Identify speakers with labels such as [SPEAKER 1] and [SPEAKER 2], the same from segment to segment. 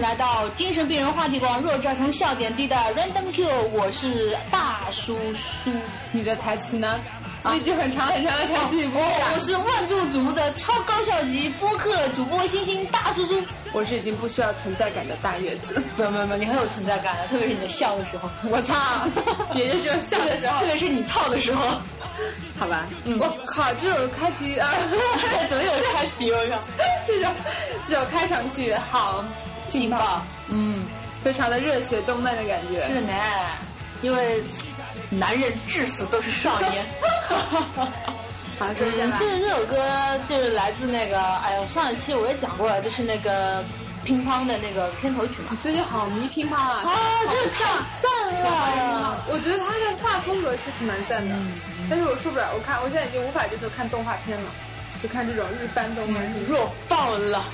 [SPEAKER 1] 来到精神病人话题馆，弱造成笑点低的 Random Q，我是大叔叔。
[SPEAKER 2] 你的台词呢？那句很长很长的台词你不会
[SPEAKER 1] 哦我
[SPEAKER 2] 了。
[SPEAKER 1] 是万众瞩目的超高校级播客主播星星大叔叔。
[SPEAKER 2] 我是已经不需要存在感的大月子。
[SPEAKER 1] 没有没有没有，你很有存在感的，特别是你的笑的时 候，
[SPEAKER 2] 我操，也就只有笑的时候
[SPEAKER 1] 特，别是你操的时候。
[SPEAKER 2] 好吧？
[SPEAKER 1] 嗯
[SPEAKER 2] 我靠，这首开局啊，
[SPEAKER 1] 怎么有开启我靠？
[SPEAKER 2] 这首这首开场曲好
[SPEAKER 1] 劲爆，嗯，
[SPEAKER 2] 非常的热血动漫的感觉。
[SPEAKER 1] 是呢，因为男人至死都是少 年。
[SPEAKER 2] 好，说一下
[SPEAKER 1] 嗯，
[SPEAKER 2] 吧
[SPEAKER 1] 这。这首歌就是来自那个，哎呦，上一期我也讲过了，就是那个乒乓的那个片头曲嘛。
[SPEAKER 2] 最近好迷乒乓啊！
[SPEAKER 1] 啊，这个唱赞了！
[SPEAKER 2] 我觉得他的画风格确实蛮赞的，但是我受不了，我看我现在已经无法接受看动画片了，就看这种日番动漫。
[SPEAKER 1] 弱爆了！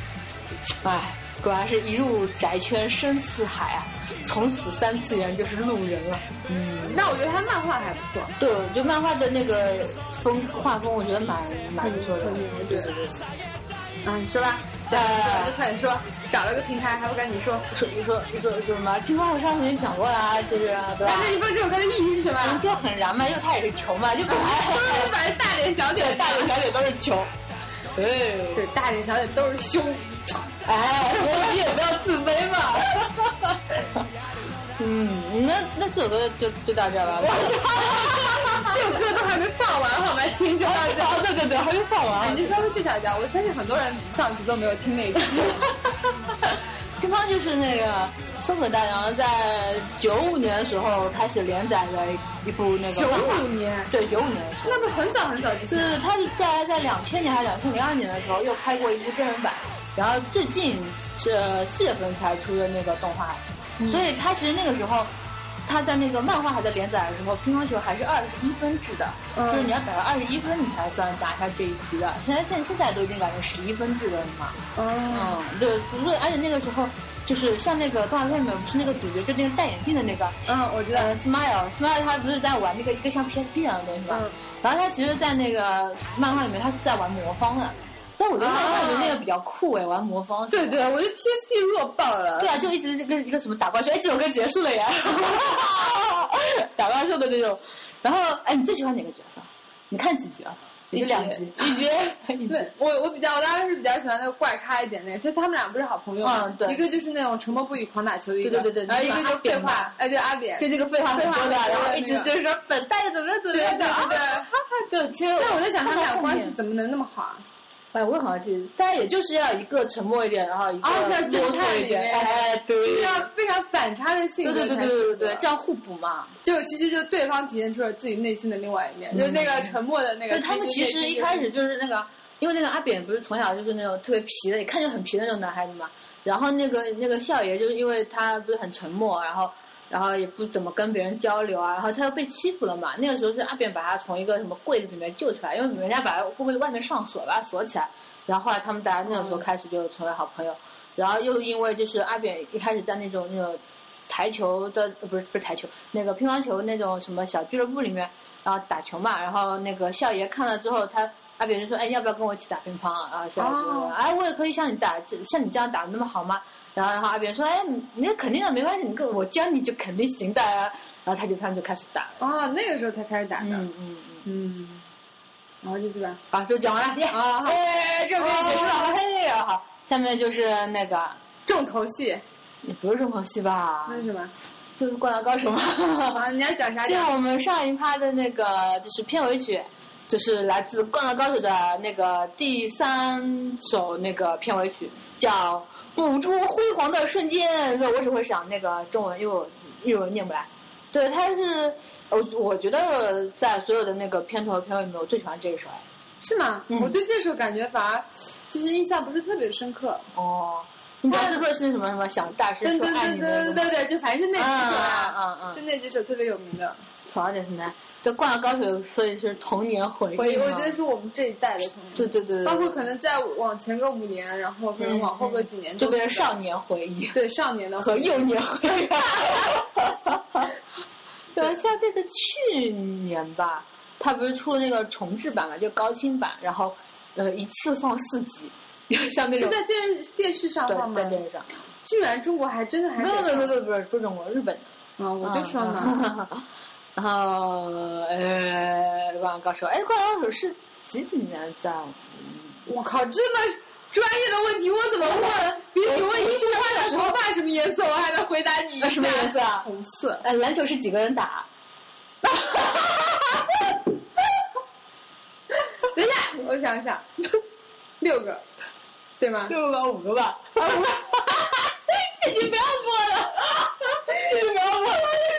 [SPEAKER 1] 哎，果然是一入宅圈深似海啊，从此三次元就是路人了。嗯
[SPEAKER 2] 那我觉得他漫画还不错，
[SPEAKER 1] 对，我觉得漫画的那个风画风，我觉得蛮蛮不错的。嗯
[SPEAKER 2] 对对对。啊，你说吧，讲
[SPEAKER 1] 呃
[SPEAKER 2] 就快点说，找了个平台还不赶紧说？
[SPEAKER 1] 说说说说什么？乒乓我上次已经讲过啦，就是啊 对吧
[SPEAKER 2] 哎，？那你问这首歌的意义是什么？
[SPEAKER 1] 就很燃嘛，因为他也是球嘛，就本
[SPEAKER 2] 都
[SPEAKER 1] 来
[SPEAKER 2] 是 反正大脸小脸，
[SPEAKER 1] 大脸小脸都是球。哎。
[SPEAKER 2] 对大脸小脸都是凶，
[SPEAKER 1] 哎，我
[SPEAKER 2] 你
[SPEAKER 1] 也
[SPEAKER 2] 也
[SPEAKER 1] 不
[SPEAKER 2] 不
[SPEAKER 1] 要
[SPEAKER 2] 要自卑嘛。
[SPEAKER 1] 嗯，那那这首歌就就到这儿吧。
[SPEAKER 2] 这首歌都还没放完，好吗？请就到这儿。
[SPEAKER 1] 哦对对对，还没放
[SPEAKER 2] 你。就稍微介绍一下，我相信很多人上次都没有听 那一期。
[SPEAKER 1] 乒乓就是那个松本大洋在九五年的时候开始连载的一部那个漫画，
[SPEAKER 2] 95年
[SPEAKER 1] 对九五年的时候，
[SPEAKER 2] 那不是很早很早就
[SPEAKER 1] 就
[SPEAKER 2] 听？
[SPEAKER 1] 是他是在在两千年还是两千零二年的时候又拍过一部真人版，然后最近这四月份才出的那个动画，
[SPEAKER 2] 嗯
[SPEAKER 1] 所以他其实那个时候。他在那个漫画还在连载的时候，乒乓球还是二十一分制的，
[SPEAKER 2] 嗯
[SPEAKER 1] 就是你要打到二十一分，你才算打下这一局的。现在现现在都已经改成十一分制的了嘛。
[SPEAKER 2] 哦，
[SPEAKER 1] 嗯，对，所以而且那个时候就是像那个动画片里面不是那个主角，就那个戴眼镜的那个，
[SPEAKER 2] 嗯，我知道。
[SPEAKER 1] 呃，Smile，Smile 他不是在玩那个一个像 PSP 一样的东西吗？
[SPEAKER 2] 嗯
[SPEAKER 1] 然后他其实，在那个漫画里面，他是在玩魔方的。但我觉得漫画里面那个比较酷诶，玩魔方。
[SPEAKER 2] 啊对对，我觉得 PSP 弱爆了。
[SPEAKER 1] 对啊，就一直这个一个什么打怪兽，哎，这首歌结束了 呀，打怪兽的那种。然后，哎，你最喜欢哪个角色？你看几集啊？也就两集，
[SPEAKER 2] 一集
[SPEAKER 1] 一集。
[SPEAKER 2] 对我我比较，我当然是比较喜欢那个怪咖一点那个，他他们俩不是好朋友吗？
[SPEAKER 1] 嗯对
[SPEAKER 2] 一个就是那种沉默不语、狂打球的一个，
[SPEAKER 1] 对对对对
[SPEAKER 2] 然后一个
[SPEAKER 1] 那个
[SPEAKER 2] 就
[SPEAKER 1] 阿
[SPEAKER 2] 废
[SPEAKER 1] 扁嘛
[SPEAKER 2] 话，哎，对阿扁，
[SPEAKER 1] 就那个废话很多的，然后一直就是说本代怎么样怎么
[SPEAKER 2] 对
[SPEAKER 1] 样
[SPEAKER 2] 对
[SPEAKER 1] 的。
[SPEAKER 2] 对对。
[SPEAKER 1] 对，其实
[SPEAKER 2] 但我在想，他
[SPEAKER 1] 看
[SPEAKER 2] 们
[SPEAKER 1] 到
[SPEAKER 2] 俩
[SPEAKER 1] 后
[SPEAKER 2] 关系
[SPEAKER 1] 面
[SPEAKER 2] 怎么能那么好啊？
[SPEAKER 1] 哎，我很好奇，大家也就是要一个沉默一点，然后一个
[SPEAKER 2] 啊像侦
[SPEAKER 1] 啰
[SPEAKER 2] 探
[SPEAKER 1] 嗦一
[SPEAKER 2] 里
[SPEAKER 1] 点，
[SPEAKER 2] 面
[SPEAKER 1] 哎，对，
[SPEAKER 2] 就是要非常反差的性
[SPEAKER 1] 对
[SPEAKER 2] 格
[SPEAKER 1] 对对
[SPEAKER 2] 才
[SPEAKER 1] 对
[SPEAKER 2] 行
[SPEAKER 1] 对对对，
[SPEAKER 2] 的
[SPEAKER 1] 这样互补嘛。
[SPEAKER 2] 就其实就对方体现出了自己内心的另外一面，就是那个沉默的那个。
[SPEAKER 1] 嗯对，他们其实一开始就是那个，因为那个阿扁不是从小就是那种特别皮的，一看就很皮的那种男孩子嘛。然后那个那个少爷就是因为他不是很沉默，然后然后也不怎么跟别人交流啊，然后他又被欺负了嘛。那个时候是阿扁把他从一个什么柜子里面救出来，因为人家把他柜子外面上锁，把他锁起来。然后后来他们大家那
[SPEAKER 2] 嗯
[SPEAKER 1] 个时候开始就成为好朋友，然后又因为就是阿扁一开始在那种那种台球的呃不是不是台球那个乒乓球那种什么小俱乐部里面，然后打球嘛，然后那个少爷看了之后，他阿扁就说哎要不要跟我一起打乒乓啊？然后少爷就说
[SPEAKER 2] 哦
[SPEAKER 1] 哎我也可以像你打像你这样打的那么好吗？然后然后阿扁说哎你你肯定的没关系，你跟我教你就肯定行的啊。然后他就他们就开始打了，
[SPEAKER 2] 哦，那个时候才开始打的，
[SPEAKER 1] 嗯嗯嗯，
[SPEAKER 2] 嗯，然后就是吧，
[SPEAKER 1] 好就讲完了，耶
[SPEAKER 2] 啊好
[SPEAKER 1] 哎这边结束
[SPEAKER 2] 哦
[SPEAKER 1] 了，嘿好，下面就是那个。
[SPEAKER 2] 重头戏
[SPEAKER 1] 你不是重头戏吧
[SPEAKER 2] 那？是什么？
[SPEAKER 1] 就是《灌篮高手》嘛。
[SPEAKER 2] 啊，你要讲啥
[SPEAKER 1] 就
[SPEAKER 2] 讲？
[SPEAKER 1] 我们上一趴的那个就是片尾曲，就是来自《灌篮高手》的那个第三首那个片尾曲，叫《捕捉辉煌的瞬间》。对，我只会想那个中文，因为我日文念不来。对，它是我我觉得在所有的那个片头片尾里面，我最喜欢这一首。哎
[SPEAKER 2] 是吗？
[SPEAKER 1] 嗯
[SPEAKER 2] 我对这首感觉反而就是印象不是特别深刻。
[SPEAKER 1] 哦，你不是说是什么什么想大声
[SPEAKER 2] 噔
[SPEAKER 1] 说
[SPEAKER 2] 噔
[SPEAKER 1] 爱你
[SPEAKER 2] 噔
[SPEAKER 1] 的那个吗？
[SPEAKER 2] 噔噔噔，就反正就那几首
[SPEAKER 1] 嗯嗯嗯
[SPEAKER 2] 啊，就那几首特别有名的。
[SPEAKER 1] 早点什么？就《灌篮高手》，所以是童年回忆嘛。
[SPEAKER 2] 我我觉得是我们这一代的童年，
[SPEAKER 1] 对对对，对
[SPEAKER 2] 包括可能再往前个五年，然后可能往后个几年
[SPEAKER 1] 就
[SPEAKER 2] 都
[SPEAKER 1] 变
[SPEAKER 2] 是
[SPEAKER 1] 成
[SPEAKER 2] 的
[SPEAKER 1] 少年回忆
[SPEAKER 2] 对少年的
[SPEAKER 1] 和幼年回 忆。对，像那个去年吧，他不是出了那个重制版嘛，就高清版，然后呃一次放四集，像那
[SPEAKER 2] 是
[SPEAKER 1] 种
[SPEAKER 2] 在电视电视上放
[SPEAKER 1] 对
[SPEAKER 2] 吗？
[SPEAKER 1] 在电视上，
[SPEAKER 2] 居然中国还真的还
[SPEAKER 1] 没有没
[SPEAKER 2] 给
[SPEAKER 1] 有
[SPEAKER 2] 放
[SPEAKER 1] 没有没有不是不是中国日本的，
[SPEAKER 2] 啊！我就说嘛，
[SPEAKER 1] 啊。啊然后呃，灌篮高手，哎，灌篮高手是几几年在？
[SPEAKER 2] 我靠，这么专业的问题我怎么问？比你问一句话的头发什么颜色，我还能回答你一下。
[SPEAKER 1] 什么颜色啊？
[SPEAKER 2] 红色。
[SPEAKER 1] 呃，篮球是几个人打？
[SPEAKER 2] 等一下，我想想，六个，对吗？
[SPEAKER 1] 六个吧，五个 吧。
[SPEAKER 2] 啊不
[SPEAKER 1] 这你不要播了，这你不要播了，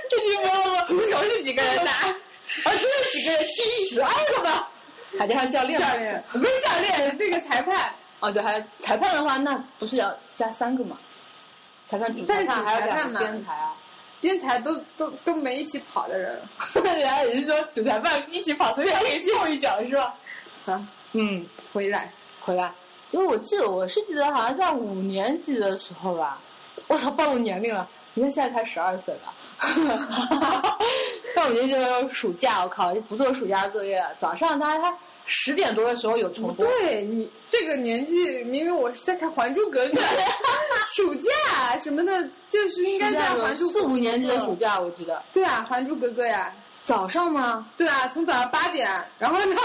[SPEAKER 1] 这你不要播了。
[SPEAKER 2] 足球是几个人打？
[SPEAKER 1] 啊，这几个人踢十二个吧，还加上教练。
[SPEAKER 2] 教练不是教练，那个裁判。
[SPEAKER 1] 哦，对，还有裁判的话，那不是要加三个吗？裁判主
[SPEAKER 2] 但
[SPEAKER 1] 裁
[SPEAKER 2] 是
[SPEAKER 1] 判
[SPEAKER 2] 主
[SPEAKER 1] 还有
[SPEAKER 2] 裁判
[SPEAKER 1] 两个
[SPEAKER 2] 嘛
[SPEAKER 1] 边裁 啊。
[SPEAKER 2] 边裁都都都没一起跑的人
[SPEAKER 1] 然后也是说主裁判一起跑，所以他可以最后一脚是吧？
[SPEAKER 2] 啊，
[SPEAKER 1] 嗯，
[SPEAKER 2] 回来
[SPEAKER 1] 回来。因为我记得我是记得好像在五年级的时候吧，我操，暴露年龄了！你看现在才十二岁 了。到五年级的暑假，我靠，就不做暑假作业了。早上他他十点多的时候有重播，
[SPEAKER 2] 对你这个年纪，明明我是在看《还珠格 格》，暑假什么的，就是应该在《还珠
[SPEAKER 1] 四
[SPEAKER 2] 格格》
[SPEAKER 1] 五年级的暑假，我记得
[SPEAKER 2] 对啊，《还珠格格》呀，
[SPEAKER 1] 早上吗？
[SPEAKER 2] 对啊，从早上八点，然后呢，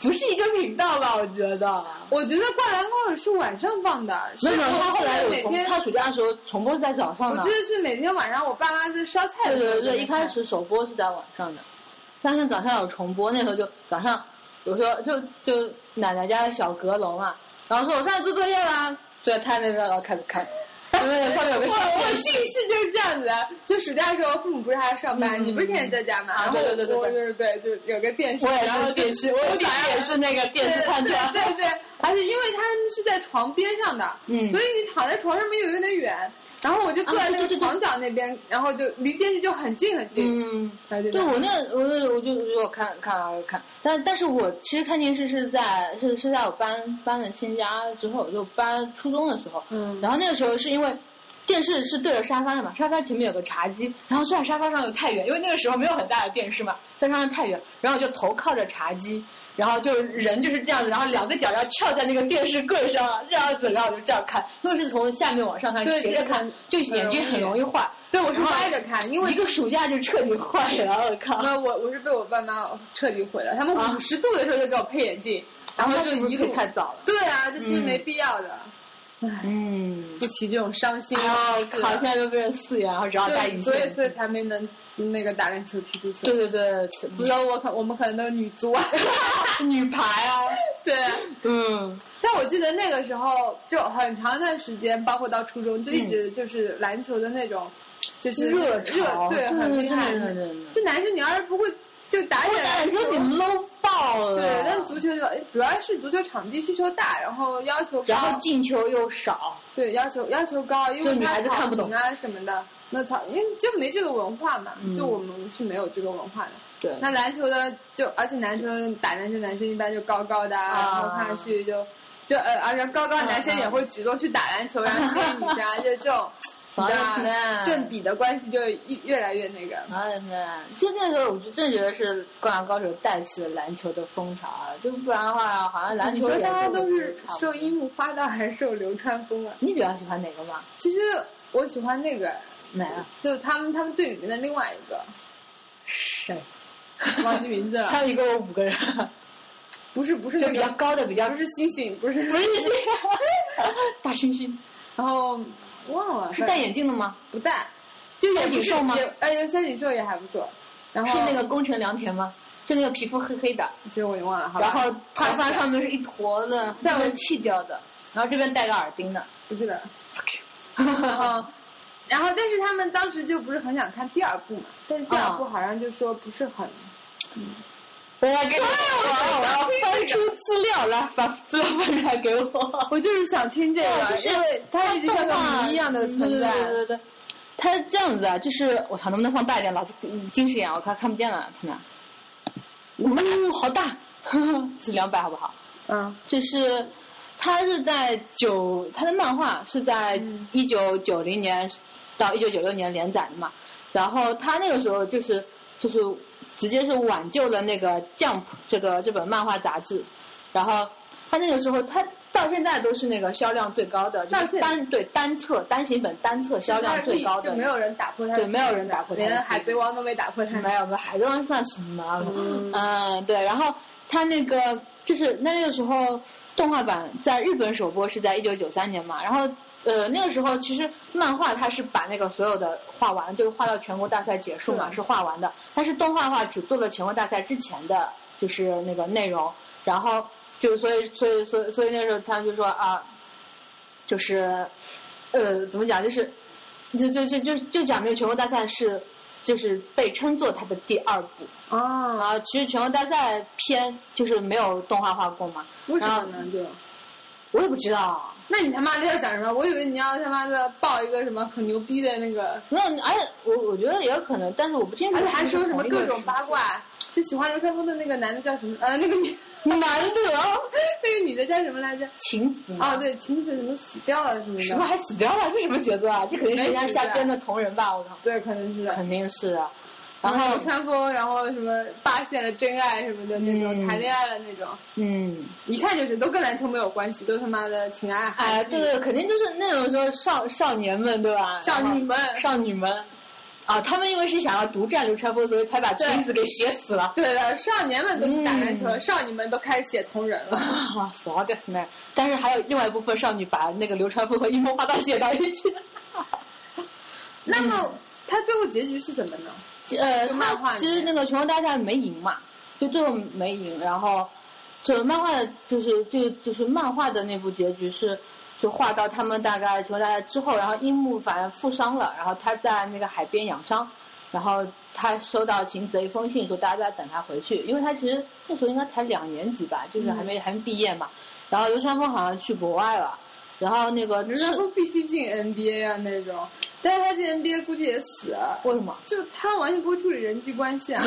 [SPEAKER 1] 不是一个频道吧？我觉得。
[SPEAKER 2] 我觉得《灌篮高手》是晚上放的，是
[SPEAKER 1] 没有，没有他
[SPEAKER 2] 我
[SPEAKER 1] 后来有
[SPEAKER 2] 每
[SPEAKER 1] 重，
[SPEAKER 2] 天，
[SPEAKER 1] 他暑假的时候重播是在早上
[SPEAKER 2] 我
[SPEAKER 1] 的
[SPEAKER 2] 记。得是每天晚上我爸妈在烧菜
[SPEAKER 1] 对
[SPEAKER 2] 的时候
[SPEAKER 1] 对
[SPEAKER 2] 在那看，
[SPEAKER 1] 对，一开始首播是在晚上的，但是早上有重播，那时候就早上，有时候就就奶奶家的小阁楼嘛，然后说我上去做作业啦，所以他那边然后开始看，因为 上面有
[SPEAKER 2] 我
[SPEAKER 1] 个小
[SPEAKER 2] 我
[SPEAKER 1] 电
[SPEAKER 2] 是
[SPEAKER 1] 视。
[SPEAKER 2] 是就是这样子的，就暑假的时候，父母不是还要上班，
[SPEAKER 1] 嗯
[SPEAKER 2] 你不是天天在家吗？
[SPEAKER 1] 啊
[SPEAKER 2] 然后
[SPEAKER 1] 对对对对
[SPEAKER 2] 我就是对，就有个电视，
[SPEAKER 1] 我也
[SPEAKER 2] 然后
[SPEAKER 1] 是
[SPEAKER 2] 就
[SPEAKER 1] 电视，我
[SPEAKER 2] 我
[SPEAKER 1] 自己也是那个电视看出来。
[SPEAKER 2] 对对对，而且因为他们是在床边上的，
[SPEAKER 1] 嗯
[SPEAKER 2] 所以你躺在床上面又有点远，然后我就坐在那
[SPEAKER 1] 啊对
[SPEAKER 2] 个
[SPEAKER 1] 对对
[SPEAKER 2] 床角那边，然后就离电视就很近很近，
[SPEAKER 1] 嗯，
[SPEAKER 2] 然后就
[SPEAKER 1] 对我那我那我就我看看啊看，但但是我其实看电视是在是是在我搬搬了新家之后，就搬初中的时候，
[SPEAKER 2] 嗯，
[SPEAKER 1] 然后那个时候是因为电视是对着沙发的嘛，沙发前面有个茶几，然后坐在沙发上又太远，因为那个时候没有很大的电视嘛，在沙发上太远，然后我就头靠着茶几，然后就人就是这样子，然后两个脚要翘在那个电视柜上这样子，然后我就这样看，因为是从下面往上看，
[SPEAKER 2] 对
[SPEAKER 1] 斜着看，就眼睛很容易坏，
[SPEAKER 2] 对我是歪着看，因
[SPEAKER 1] 一
[SPEAKER 2] 为。嗯
[SPEAKER 1] 个暑假就彻底坏了，我靠！
[SPEAKER 2] 那我我是被我爸妈彻底毁了，他们
[SPEAKER 1] 啊
[SPEAKER 2] 五十度的时候就给我配眼镜，然后就一
[SPEAKER 1] 一路
[SPEAKER 2] 路
[SPEAKER 1] 太早了，
[SPEAKER 2] 对啊，这其实没必要的，
[SPEAKER 1] 嗯。
[SPEAKER 2] 不起这种伤心
[SPEAKER 1] 然 后
[SPEAKER 2] 事
[SPEAKER 1] 考现在都变成四元，然后只好戴
[SPEAKER 2] 啊对，
[SPEAKER 1] 隐
[SPEAKER 2] 所
[SPEAKER 1] 形眼镜
[SPEAKER 2] 以所以才没能那个打篮球、踢足球。
[SPEAKER 1] 对对对，
[SPEAKER 2] 你知道我可我们可能都是女足啊。
[SPEAKER 1] 女排啊，
[SPEAKER 2] 对，
[SPEAKER 1] 嗯，
[SPEAKER 2] 但我记得那个时候就很长一段时间，包括到初中，就一直就是篮球的那种，就
[SPEAKER 1] 嗯
[SPEAKER 2] 是
[SPEAKER 1] 热
[SPEAKER 2] 热
[SPEAKER 1] 潮，嗯
[SPEAKER 2] 对，很厉害。
[SPEAKER 1] 对对对。
[SPEAKER 2] 这男生你要是不会就打起
[SPEAKER 1] 我
[SPEAKER 2] 来，
[SPEAKER 1] 感觉你 low 爆了。
[SPEAKER 2] 对，但足球就哎主要是足球场地需求大，然后要求
[SPEAKER 1] 然后
[SPEAKER 2] 高，
[SPEAKER 1] 进球又少，
[SPEAKER 2] 对要求要求高，因
[SPEAKER 1] 就
[SPEAKER 2] 为
[SPEAKER 1] 女
[SPEAKER 2] 它
[SPEAKER 1] 孩子
[SPEAKER 2] 草
[SPEAKER 1] 看不懂
[SPEAKER 2] 坪啊什么的，那草因为就没这个文化嘛，
[SPEAKER 1] 嗯
[SPEAKER 2] 就我们是没有这个文化的。
[SPEAKER 1] 对
[SPEAKER 2] 那篮球的就，而且男生打篮球，男生一般就高高的、啊，然后看上去就就呃，而且高高的
[SPEAKER 1] 嗯
[SPEAKER 2] 男生也会主动去打篮球，然后吸引女生啊，就 这种，你知道
[SPEAKER 1] 呢
[SPEAKER 2] 吧正比的关系就一越来越那个。
[SPEAKER 1] 哎呢，就那时候我就真觉得是《灌篮高手》带起了篮球的风潮啊，就不然的话，好像篮
[SPEAKER 2] 你
[SPEAKER 1] 球
[SPEAKER 2] 说
[SPEAKER 1] 也
[SPEAKER 2] 大家都是
[SPEAKER 1] 差不多
[SPEAKER 2] 受樱木花道还是受流川枫啊？
[SPEAKER 1] 你比较喜欢哪个吗？啊
[SPEAKER 2] 其实我喜欢那个，
[SPEAKER 1] 哪个？
[SPEAKER 2] 就他们他们队里面的另外一个，
[SPEAKER 1] 谁？
[SPEAKER 2] 忘记名字了，
[SPEAKER 1] 他一共有五 个人，
[SPEAKER 2] 不是不是
[SPEAKER 1] 就
[SPEAKER 2] 那
[SPEAKER 1] 比较
[SPEAKER 2] 个，
[SPEAKER 1] 高的比较
[SPEAKER 2] 不是星星，不是，
[SPEAKER 1] 不是大猩 猩，
[SPEAKER 2] 然后忘了
[SPEAKER 1] 是戴眼镜的吗？
[SPEAKER 2] 不戴，就也
[SPEAKER 1] 三井
[SPEAKER 2] 不是
[SPEAKER 1] 寿吗
[SPEAKER 2] 也哎，三井寿也还不错。然后
[SPEAKER 1] 是那个宫城良田吗？就那个皮肤黑黑的，
[SPEAKER 2] 其实我已经忘了，好吧嗯
[SPEAKER 1] 然后头发上面是一坨的，
[SPEAKER 2] 在
[SPEAKER 1] 这
[SPEAKER 2] 我
[SPEAKER 1] 边剃掉的，然后这边戴个耳钉的。
[SPEAKER 2] 不记得了。然后，然后但是他们当时就不是很想看第二部嘛，但是第二部好像就说不是很，
[SPEAKER 1] 我要给我，我要翻出资料来，把资料翻出来给我。
[SPEAKER 2] 我就是想听这
[SPEAKER 1] 对
[SPEAKER 2] 个，
[SPEAKER 1] 就是
[SPEAKER 2] 因为它一直像个谜一样的存在。
[SPEAKER 1] 对对对对对，它是这样子的，就是我操，能不能放大一点？老子近视眼，啊我看看不见了，他们。呜，好大， 是两百好不好？
[SPEAKER 2] 嗯，
[SPEAKER 1] 就是他是在九，他的漫画是在
[SPEAKER 2] 嗯
[SPEAKER 1] 一九九零年到一九九六年连载的嘛。然后他那个时候就是就是直接是挽救了那个《Jump》这个这本漫画杂志。然后他那个时候他到到现在都是那个销量最高的，就
[SPEAKER 2] 到
[SPEAKER 1] 是
[SPEAKER 2] 现
[SPEAKER 1] 单对单册单行本单册销量最高的
[SPEAKER 2] 就没。有人打破他的
[SPEAKER 1] 对
[SPEAKER 2] 记录，
[SPEAKER 1] 没有人打破他的
[SPEAKER 2] 连
[SPEAKER 1] 记录
[SPEAKER 2] 海贼王都没打破他的
[SPEAKER 1] 没有，没有，海贼王算什么了？
[SPEAKER 2] 嗯
[SPEAKER 1] 嗯对。然后他那个就是那那个时候动画版在日本首播是在一九九三年嘛，然后呃那个时候其实漫画它是把那个所有的画完，就是画到全国大赛结束嘛，
[SPEAKER 2] 对
[SPEAKER 1] 是画完的。但是动画化只做了全国大赛之前的就是那个内容，然后就所以所以所以所以那时候他就说啊，就是呃怎么讲就是。就就就就就讲那个全国大赛是就是被称作它的第二部。然
[SPEAKER 2] 啊？
[SPEAKER 1] 后其实全国大赛篇就是没有动画化过嘛，
[SPEAKER 2] 为什么呢？就
[SPEAKER 1] 我也不知道。
[SPEAKER 2] 那你他妈的要讲什么？我以为你要他妈的报一个什么很牛逼的那个，啊
[SPEAKER 1] 那而且我我觉得也有可能，但是我不清楚。
[SPEAKER 2] 而且哎还说什么各种八，卦，就喜欢流川枫的那个男的叫什么？呃，那个女
[SPEAKER 1] 难得
[SPEAKER 2] 那个女的叫什么来着？
[SPEAKER 1] 晴子嘛
[SPEAKER 2] 哦，，对，晴子怎么死掉了什么
[SPEAKER 1] 是不是
[SPEAKER 2] 的？
[SPEAKER 1] 还死掉了？这什么节奏啊？这肯定是人家瞎编的同人吧？我靠，
[SPEAKER 2] 对，可能是的。
[SPEAKER 1] 肯定是的。然后
[SPEAKER 2] 流川枫，然后什么发现了真爱什么的那种，
[SPEAKER 1] 嗯
[SPEAKER 2] 谈恋爱了那种，
[SPEAKER 1] 嗯，
[SPEAKER 2] 一看就是都跟篮球没有关系，都他妈的情爱韩
[SPEAKER 1] 哎，
[SPEAKER 2] 剧
[SPEAKER 1] 对对，肯定就是那种说少少年们对吧？
[SPEAKER 2] 少
[SPEAKER 1] 然后
[SPEAKER 2] 女们
[SPEAKER 1] 少女们。啊，他们因为是想要独占流川枫，所以才把
[SPEAKER 2] 对
[SPEAKER 1] 晴子给写死了。
[SPEAKER 2] 对的，少年们都去打篮球，了，
[SPEAKER 1] 嗯
[SPEAKER 2] 少女们都开始写同人了。
[SPEAKER 1] 啊，そうですね。但是还有另外一部分少女把那个流川枫和樱木花道写到一起。
[SPEAKER 2] 那么，它最后结局是什么呢？
[SPEAKER 1] 呃，
[SPEAKER 2] 就漫画里面
[SPEAKER 1] 其实那个全国大赛没赢嘛，就最后没赢，然后就漫画的，就是就就是漫画的那部结局是。就画到他们大概全国大赛之后，然后樱木反正负伤了，然后他在那个海边养伤，然后他收到晴子的一封信，说大家都在等他回去，因为他其实那时候应该才两年级吧，就是
[SPEAKER 2] 嗯
[SPEAKER 1] 还没、还没毕业嘛。然后流川枫好像去国外了，然后那个
[SPEAKER 2] 人家
[SPEAKER 1] 是
[SPEAKER 2] 都必须进 NBA 啊那种，但是他进 NBA 估计也死了，
[SPEAKER 1] 为什么？
[SPEAKER 2] 就他完全不会处理人际关 系啊，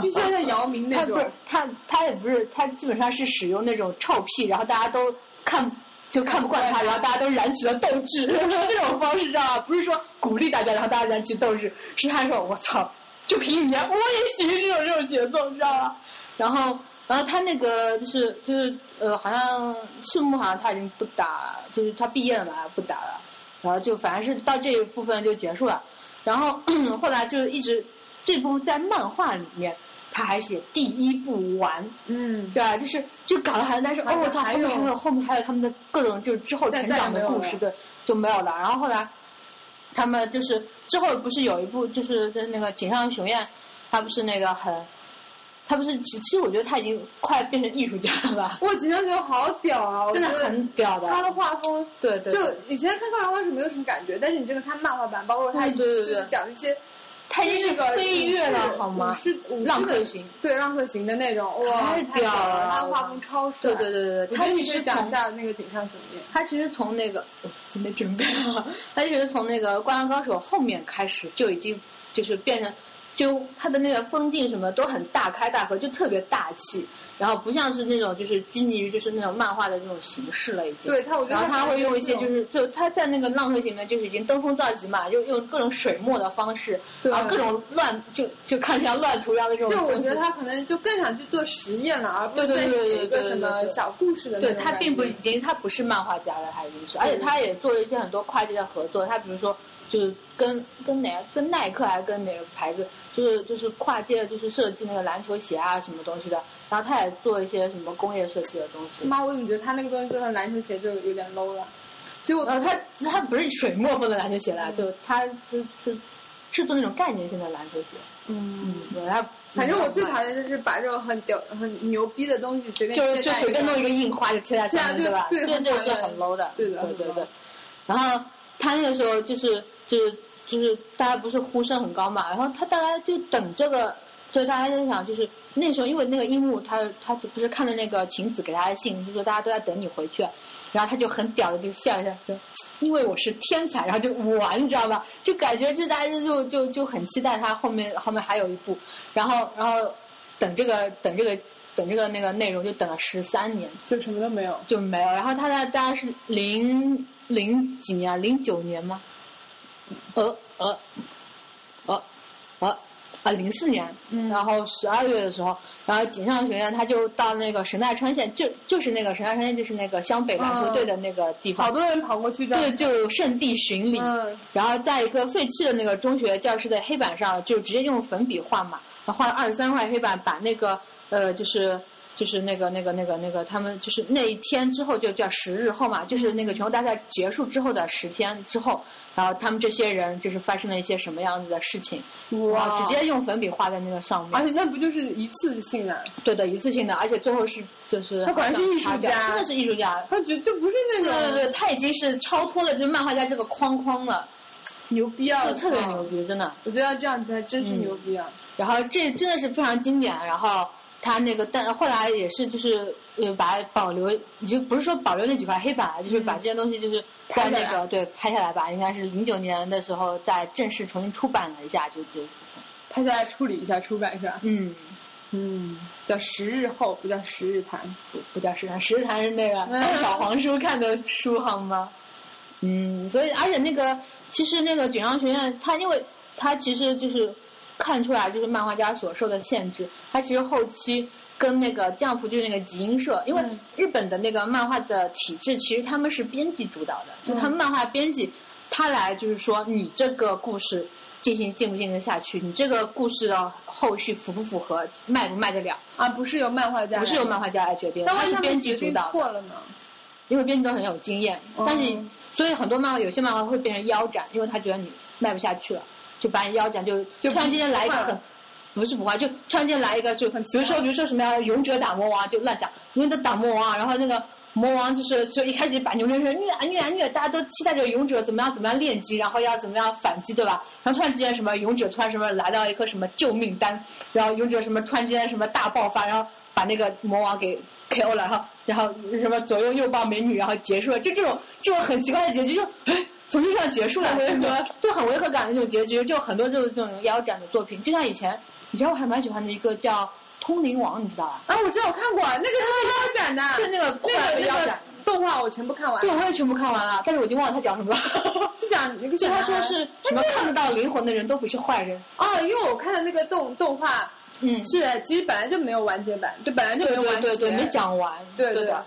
[SPEAKER 2] 必须要像姚明那
[SPEAKER 1] 他不
[SPEAKER 2] 种
[SPEAKER 1] 是。他，他也不是他，基本上是使用那种臭屁，然后大家都看就看不惯他，然后大家都燃起了斗志， 是这种方式，知道吧？不是说鼓励大家，然后大家燃起斗志，是他说我操，就凭语言我也行这种这种节奏，你知道吧？然后。然后他那个就是就是呃，好像赤木好像他已经不打，就是他毕业了嘛，不打了。然后就反正是到这一部分就结束了。然后 后来就一直这部在漫画里面，他还写第一部完，
[SPEAKER 2] 嗯，
[SPEAKER 1] 对吧？啊就是就搞得好像但是
[SPEAKER 2] 还
[SPEAKER 1] 哦，
[SPEAKER 2] 有
[SPEAKER 1] 我操，
[SPEAKER 2] 还
[SPEAKER 1] 后面
[SPEAKER 2] 有
[SPEAKER 1] 还有后面还有他们的各种就是之后
[SPEAKER 2] 再
[SPEAKER 1] 成
[SPEAKER 2] 再也
[SPEAKER 1] 长
[SPEAKER 2] 没
[SPEAKER 1] 的
[SPEAKER 2] 有
[SPEAKER 1] 故
[SPEAKER 2] 了
[SPEAKER 1] 事，对，就没有了。然后后来他们就是之后不是有一部就是在那个井上雄彦，他不是那个很。他不是，其其实我觉得他已经快变成艺术家了吧，
[SPEAKER 2] 哇，井上雄彦好屌啊！我
[SPEAKER 1] 真的
[SPEAKER 2] 觉得
[SPEAKER 1] 很屌的。
[SPEAKER 2] 他的画风，
[SPEAKER 1] 对对，
[SPEAKER 2] 就
[SPEAKER 1] 对
[SPEAKER 2] 以前看《灌篮高手》没有什么感觉，但是你真的看漫画版，包括他
[SPEAKER 1] 嗯对对
[SPEAKER 2] 就是
[SPEAKER 1] 对
[SPEAKER 2] 讲一些
[SPEAKER 1] 他已经
[SPEAKER 2] 那
[SPEAKER 1] 是
[SPEAKER 2] 个
[SPEAKER 1] 飞跃了，好吗？
[SPEAKER 2] 是
[SPEAKER 1] 浪客行，
[SPEAKER 2] 对浪客行的那种，哇，
[SPEAKER 1] 太
[SPEAKER 2] 屌
[SPEAKER 1] 屌了
[SPEAKER 2] 他画风超
[SPEAKER 1] 对
[SPEAKER 2] 帅。
[SPEAKER 1] 对对对对，
[SPEAKER 2] 他
[SPEAKER 1] 他
[SPEAKER 2] 其
[SPEAKER 1] 其
[SPEAKER 2] 实
[SPEAKER 1] 实
[SPEAKER 2] 讲一
[SPEAKER 1] 从
[SPEAKER 2] 下那个井上雄彦，
[SPEAKER 1] 他其实从那个我真没准备啊，他其实从那个《灌篮高手》后面开始就已经就是变成，就他的那个风景什么都很大开大合，就特别大气，然后不像是那种就是拘泥于就是那种漫画的那种形式了已经。
[SPEAKER 2] 对他，我觉
[SPEAKER 1] 然
[SPEAKER 2] 得
[SPEAKER 1] 后他会用一些就是是就他在那个浪客行里面就是已经登峰造极嘛，就用各种水墨的方式，
[SPEAKER 2] 对
[SPEAKER 1] 然后各种乱就就看着像乱涂一样的这种东
[SPEAKER 2] 就
[SPEAKER 1] 西。
[SPEAKER 2] 我觉得他可能就更想去做实验了，而不是
[SPEAKER 1] 对
[SPEAKER 2] 再
[SPEAKER 1] 对对对
[SPEAKER 2] 写一个
[SPEAKER 1] 对对
[SPEAKER 2] 什么
[SPEAKER 1] 对对
[SPEAKER 2] 小故事的那
[SPEAKER 1] 对
[SPEAKER 2] 种
[SPEAKER 1] 他
[SPEAKER 2] 感
[SPEAKER 1] 并不
[SPEAKER 2] 觉嗯
[SPEAKER 1] 已经，他不是漫画家了，他已经是，而且
[SPEAKER 2] 对
[SPEAKER 1] 他也做了一些很多跨界的合作。他比如说，就是跟跟哪个跟耐克还是跟哪个牌子，就是就是跨界，就是设计那个篮球鞋啊什么东西的。然后他也做一些什么工业设计的东西。
[SPEAKER 2] 妈，我怎么觉得他那个东西做成篮球鞋就有点 low 了？其实我
[SPEAKER 1] 然后他呃他不是水墨风的篮球鞋啦，就他就就制作那种概念性的篮球鞋。
[SPEAKER 2] 嗯
[SPEAKER 1] 嗯，，对，他嗯
[SPEAKER 2] 反正我最讨厌就是把这种很屌、很牛逼的东西随便
[SPEAKER 1] 就
[SPEAKER 2] 贴
[SPEAKER 1] 就
[SPEAKER 2] 在
[SPEAKER 1] 随
[SPEAKER 2] 一
[SPEAKER 1] 便
[SPEAKER 2] 个
[SPEAKER 1] 弄一个印花就贴在上面，
[SPEAKER 2] 对啊
[SPEAKER 1] 吧？
[SPEAKER 2] 对
[SPEAKER 1] 对，
[SPEAKER 2] 对
[SPEAKER 1] 这
[SPEAKER 2] 很
[SPEAKER 1] 是很 low 的，
[SPEAKER 2] 对的
[SPEAKER 1] 对对
[SPEAKER 2] 很 low
[SPEAKER 1] 对。然后他那个时候就是就是就是大家不是呼声很高嘛，然后他大概就等这个，就大家就想就是那时候因为那个樱木他他不是看了那个晴子给他的信，就说大家都在等你回去。然后他就很屌的就笑一下说：“因为我是天才。”然后就玩，你知道吧？就感觉就大家就就就很期待他后面后面还有一部。然后然后等这个等这个等这个那个内容就等了十三年
[SPEAKER 2] 就什么都没有。
[SPEAKER 1] 就没有。然后他在大概是零零几年啊，零九年吗？呃呃呃呃啊零四年，
[SPEAKER 2] 嗯
[SPEAKER 1] 然后十二月的时候，然后井上学院他就到那个神奈川县，就就是那个神奈川县就是那个湘北篮球队的那个地
[SPEAKER 2] 嗯好
[SPEAKER 1] 方，
[SPEAKER 2] 多人跑过去这
[SPEAKER 1] 对，
[SPEAKER 2] 样
[SPEAKER 1] 就圣地巡礼，
[SPEAKER 2] 嗯，
[SPEAKER 1] 然后在一个废弃的那个中学教室的黑板上，就直接用粉笔画嘛，然后画了二十三块黑板，把那个呃，就是就是那个那个那个那个他们就是那一天之后就叫十日后嘛，就是那个全国大赛结束之后的十天之后，然后他们这些人就是发生了一些什么样子的事情，然后直接用粉笔画在那个上
[SPEAKER 2] 而
[SPEAKER 1] 面，
[SPEAKER 2] 且那不就是一次性的？
[SPEAKER 1] 对的，一次性的，而且最后是就是
[SPEAKER 2] 他果然是艺术家
[SPEAKER 1] 真的是艺术家。
[SPEAKER 2] 他觉就不是那
[SPEAKER 1] 对对
[SPEAKER 2] 种
[SPEAKER 1] 对，他已经是超脱了这漫画家这个框框了，
[SPEAKER 2] 牛逼啊，
[SPEAKER 1] 就特别
[SPEAKER 2] 嗯
[SPEAKER 1] 牛逼，真的。
[SPEAKER 2] 我觉得要这样子还真是
[SPEAKER 1] 嗯
[SPEAKER 2] 牛逼啊！
[SPEAKER 1] 然后这真的是非常经典。然后他那个，但后来也是就是呃，把它保留，你就不是说保留那几块黑板啊，就是把这些东西就是在那
[SPEAKER 2] 拍下
[SPEAKER 1] 个对拍下来吧，应该是零九年的时候再正式重新出版了一下，就就
[SPEAKER 2] 拍下来处理一下出版是吧？
[SPEAKER 1] 嗯，
[SPEAKER 2] 嗯，叫十日后，不叫十日谈。
[SPEAKER 1] 不不叫石谈，石谈是那个
[SPEAKER 2] 嗯
[SPEAKER 1] 当小黄书看的书好吗？嗯，所以而且那个其实那个锦上学院，它因为它其实就是看出来就是漫画家所受的限制，它其实后期跟那个降普就是那个集英社，因为
[SPEAKER 2] 嗯
[SPEAKER 1] 日本的那个漫画的体制其实他们是编辑主导的，就
[SPEAKER 2] 嗯
[SPEAKER 1] 他们漫画编辑他来就是说你这个故事。进行进不进行下去？你这个故事的后续符不符合，卖不卖得了？
[SPEAKER 2] 啊，不是由漫画家，
[SPEAKER 1] 不是由漫，画家来决定的，
[SPEAKER 2] 那
[SPEAKER 1] 他
[SPEAKER 2] 万一
[SPEAKER 1] 是
[SPEAKER 2] 他
[SPEAKER 1] 编
[SPEAKER 2] 们
[SPEAKER 1] 辑
[SPEAKER 2] 决
[SPEAKER 1] 主
[SPEAKER 2] 定
[SPEAKER 1] 导的，
[SPEAKER 2] 错了呢？
[SPEAKER 1] 因为编辑都很有经验。
[SPEAKER 2] 哦
[SPEAKER 1] 但是，所以很多漫画，有些漫画会变成腰斩，因为他觉得你卖不下去了，就把你腰斩，就
[SPEAKER 2] 就
[SPEAKER 1] 突然之间来一个
[SPEAKER 2] 不画了
[SPEAKER 1] 很。不是不画，就突然间来一个，就
[SPEAKER 2] 很
[SPEAKER 1] 比如说，比如说什么呀，勇者打魔王，就乱讲，勇者打魔王，然后那个魔王就是就一开始把牛真人虐啊虐啊虐，大家都期待着勇者怎么样怎么样练级，然后要怎么样反击，对吧？然后突然之间什么勇者突然什么来到一颗什么救命丹，然后勇者什么突然之间什么大爆发，然后把那个魔王给 KO 了，然后然后什么左右右抱美女，然后结束了，就这种这种很奇怪的结局就。哎总是这样结束了，
[SPEAKER 2] 很违和，
[SPEAKER 1] 就 很违和感的那种结局，就很多就是这种腰斩的作品，就像以前，以前我还蛮喜欢的一个叫《通灵王》，你知道吧？
[SPEAKER 2] 啊，我知道，我看过那个是腰斩的，
[SPEAKER 1] 就啊那个
[SPEAKER 2] 那
[SPEAKER 1] 后来
[SPEAKER 2] 个
[SPEAKER 1] 被腰
[SPEAKER 2] 那个
[SPEAKER 1] 斩
[SPEAKER 2] 动画我全部看完
[SPEAKER 1] 对，
[SPEAKER 2] 了，
[SPEAKER 1] 我也全部看完了，但是我已经忘了他 讲什么了。
[SPEAKER 2] 就讲一个
[SPEAKER 1] 就
[SPEAKER 2] 小
[SPEAKER 1] 他
[SPEAKER 2] 男孩
[SPEAKER 1] 说 是什么看得到灵魂的人都不是坏人，
[SPEAKER 2] 哦，因为我看的那个动动画
[SPEAKER 1] 嗯，
[SPEAKER 2] 是其实本来就没有完结版，就本来就
[SPEAKER 1] 对
[SPEAKER 2] 没有
[SPEAKER 1] 对
[SPEAKER 2] 完结，
[SPEAKER 1] 对对，没。讲完，
[SPEAKER 2] 对
[SPEAKER 1] 对
[SPEAKER 2] 对
[SPEAKER 1] 的，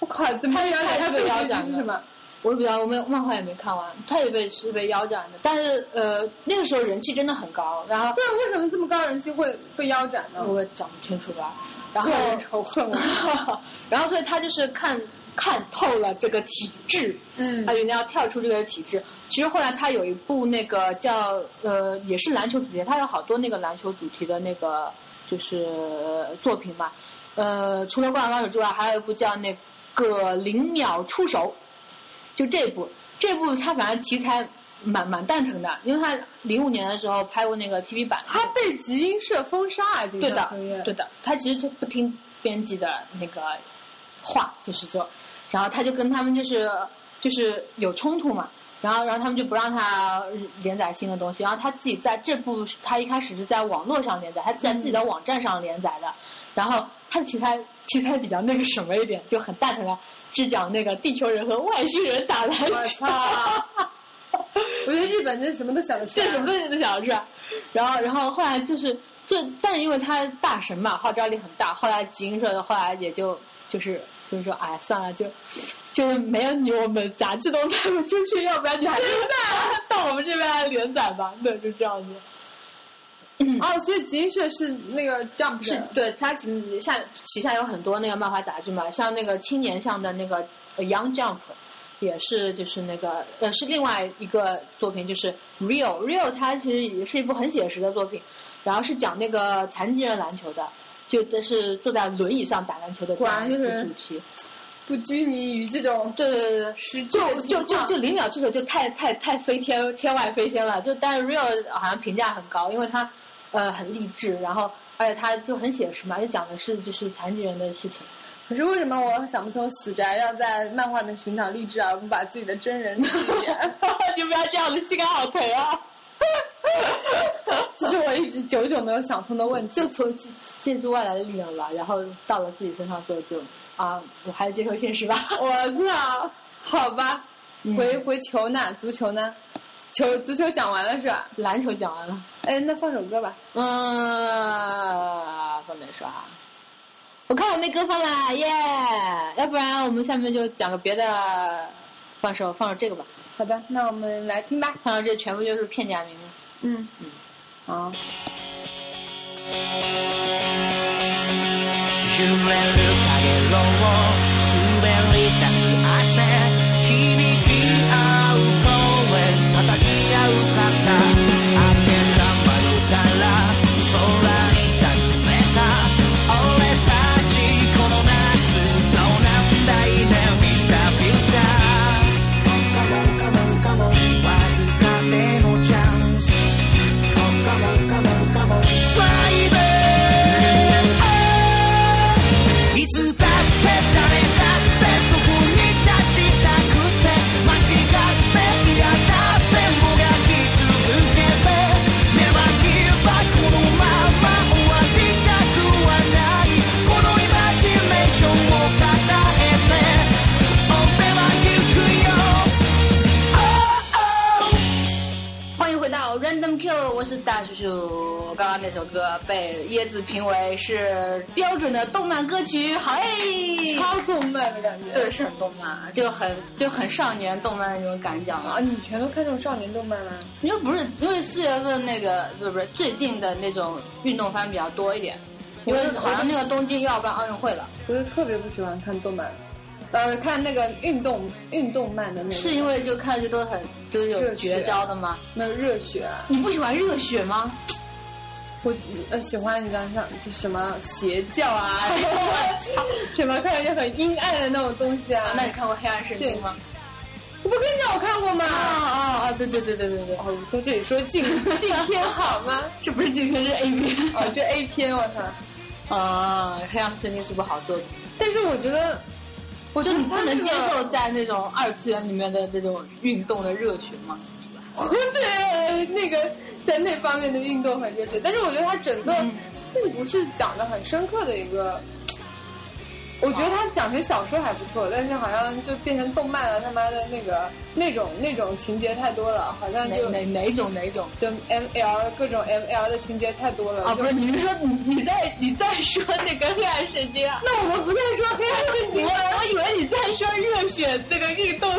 [SPEAKER 2] 我靠，怎么
[SPEAKER 1] 他
[SPEAKER 2] 会腰
[SPEAKER 1] 他
[SPEAKER 2] 斩？
[SPEAKER 1] 他
[SPEAKER 2] 这
[SPEAKER 1] 被
[SPEAKER 2] 个
[SPEAKER 1] 腰
[SPEAKER 2] 结
[SPEAKER 1] 斩
[SPEAKER 2] 局是
[SPEAKER 1] 的
[SPEAKER 2] 什么？
[SPEAKER 1] 我也不知道，我没有漫画也没看完，他也被是被腰斩的，但是呃那个时候人气真的很高，然后
[SPEAKER 2] 对，为什么这么高人气会被腰斩呢？
[SPEAKER 1] 我也讲不清楚吧，然后
[SPEAKER 2] 个人仇恨我。
[SPEAKER 1] 然后所以他就是看看透了这个体制，
[SPEAKER 2] 嗯
[SPEAKER 1] 他决定要跳出这个体制。其实后来他有一部那个叫呃，也是篮球主题，他有好多那个篮球主题的那个就是呃作品嘛。呃，除了《灌篮高手》之外，还有一部叫那个《零秒出手》，就这部，这部他反正题材蛮蛮蛋疼的，因为他零五年的时候拍过那个 TV 版，
[SPEAKER 2] 他被集英社封杀啊！这个
[SPEAKER 1] 对
[SPEAKER 2] 小
[SPEAKER 1] 的
[SPEAKER 2] 朋友，
[SPEAKER 1] 对的，他其实就不听编辑的那个话，就是说，然后他就跟他们就是就是有冲突嘛，然后然后他们就不让他连载新的东西，然后他自己在这部他一开始是在网络上连载，他在自己
[SPEAKER 2] 嗯
[SPEAKER 1] 的网站上连载的，然后他的题材题材比较那个什么一点，就很蛋疼啊，只讲那个地球人和外星人打篮
[SPEAKER 2] 我
[SPEAKER 1] 球。
[SPEAKER 2] 操！我觉得日本真什么都想得出
[SPEAKER 1] 这
[SPEAKER 2] 来，
[SPEAKER 1] 什么东西都想是吧？然后，然后后来就是，就但是因为他大神嘛，号召力很大，后来集英社的后来也就就是就是说，哎，算了，就就是没有你，我们杂志都卖不出去，要不然你还是到我们这边来连载吧。对，就这样子。
[SPEAKER 2] 哦，所以集英社是那个 Jump
[SPEAKER 1] 是
[SPEAKER 2] 的
[SPEAKER 1] 对，他其实下旗下有很多那个漫画杂志嘛，像那个青年向的那个呃《Young Jump》，也是就是那个呃是另外一个作品，就是《Real Real》，它其实也是一部很写实的作品，然后是讲那个残疾人篮球的，就这是坐在轮椅上打篮球的这
[SPEAKER 2] 果然
[SPEAKER 1] 样一
[SPEAKER 2] 就
[SPEAKER 1] 个
[SPEAKER 2] 是
[SPEAKER 1] 主题。
[SPEAKER 2] 不拘泥于这种
[SPEAKER 1] 对对对
[SPEAKER 2] 实际
[SPEAKER 1] 对，
[SPEAKER 2] 的
[SPEAKER 1] 就就
[SPEAKER 2] 情
[SPEAKER 1] 就
[SPEAKER 2] 况
[SPEAKER 1] 就零秒出手就太太太飞天天外飞仙了。就但是 Real 好像评价很高，因为他呃很励志，然后而且他就很写实嘛，就讲的是就是残疾人的事情。
[SPEAKER 2] 可是为什么我想不通死宅要在漫画里面寻找励志，而不把自己的真人记一点？
[SPEAKER 1] 你不要这样的，膝盖好疼啊！
[SPEAKER 2] 这是我一直久久没有想通的问 题。
[SPEAKER 1] 就从借借助外来的力量吧，然后到了自己身上之后就啊，我还是接受现实吧。
[SPEAKER 2] 我操，好吧，
[SPEAKER 1] 嗯
[SPEAKER 2] 回回球呢？足球呢？球足球讲完了是吧？
[SPEAKER 1] 篮球讲完了，
[SPEAKER 2] 哎，那放首歌吧。
[SPEAKER 1] 嗯，放哪首啊？我看我没歌放了，耶！要不然我们下面就讲个别的，放首放首这个吧，
[SPEAKER 2] 好的，那我们来听吧。
[SPEAKER 1] 放首这全部就是片假名的。
[SPEAKER 2] 嗯嗯，好。
[SPEAKER 3] 揺れる影ロを滑り出す汗響き合う声叩き合う肩明けた窓から空に尋ねた俺たちこの夏どうなんだいね Mr. Future わずかでもチャンス Friday いつだって誰だってそこに立ちたくて間違って嫌だってもがき続けて目はぎばこのまま終わりたくはないこのイマジネーションを抱えて俺は行くよ Oh, oh
[SPEAKER 1] 欢迎回到 Random Q，我是大叔叔。刚刚那首歌被椰子评为是标准的动漫歌曲，好诶！
[SPEAKER 2] 超动漫的感觉。
[SPEAKER 1] 对，是很动漫，就很就很少年动漫的那种感觉嘛
[SPEAKER 2] 啊，。你全都看这种少年动漫了？
[SPEAKER 1] 因为不是，因为四月份那个不是不是最近的那种运动番比较多一点，因为好像那个东京又要办奥运会了，
[SPEAKER 2] 我就特别不喜欢看动漫，呃，看那个运动运动漫的那种，
[SPEAKER 1] 是因为就看着都很就是有
[SPEAKER 2] 热血
[SPEAKER 1] 绝招的吗？
[SPEAKER 2] 没有热血、啊。
[SPEAKER 1] 你不喜欢热血吗？
[SPEAKER 2] 我呃喜欢你知道像就什么邪教啊， 我操什么看上去很阴暗的那种东西啊
[SPEAKER 1] 啊，。那你看过《黑暗神经》吗？
[SPEAKER 2] 我不跟你讲我看过吗？
[SPEAKER 1] 啊啊啊！对对对对对对，
[SPEAKER 2] 哦，我在这里说禁禁 片好吗？
[SPEAKER 1] 是不是这个是 A 片？
[SPEAKER 2] 哦，这 A 片我操！
[SPEAKER 1] 啊，《黑暗神经》是部好作品，
[SPEAKER 2] 但是我觉得
[SPEAKER 1] 我觉得你不能接
[SPEAKER 2] 它这
[SPEAKER 1] 受在那种二次元里面的那种运动的热血吗？
[SPEAKER 2] 对那个在那方面的运动很热血，但是我觉得它整个
[SPEAKER 1] 嗯
[SPEAKER 2] 并不是讲的很深刻的一个。我觉得它讲成小说还不错，但是好像就变成动漫了，他妈的那个那种那种情节太多了，好像
[SPEAKER 1] 哪
[SPEAKER 2] 就
[SPEAKER 1] 哪哪种哪种？
[SPEAKER 2] 就 M L 各种 M L 的情节太多了
[SPEAKER 1] 啊，
[SPEAKER 2] 就
[SPEAKER 1] 不是，你是说你你在你在说那个黑暗神经啊？
[SPEAKER 2] 那我们不再说黑暗问题
[SPEAKER 1] 我
[SPEAKER 2] 了，
[SPEAKER 1] 我以为你在说热血这个运动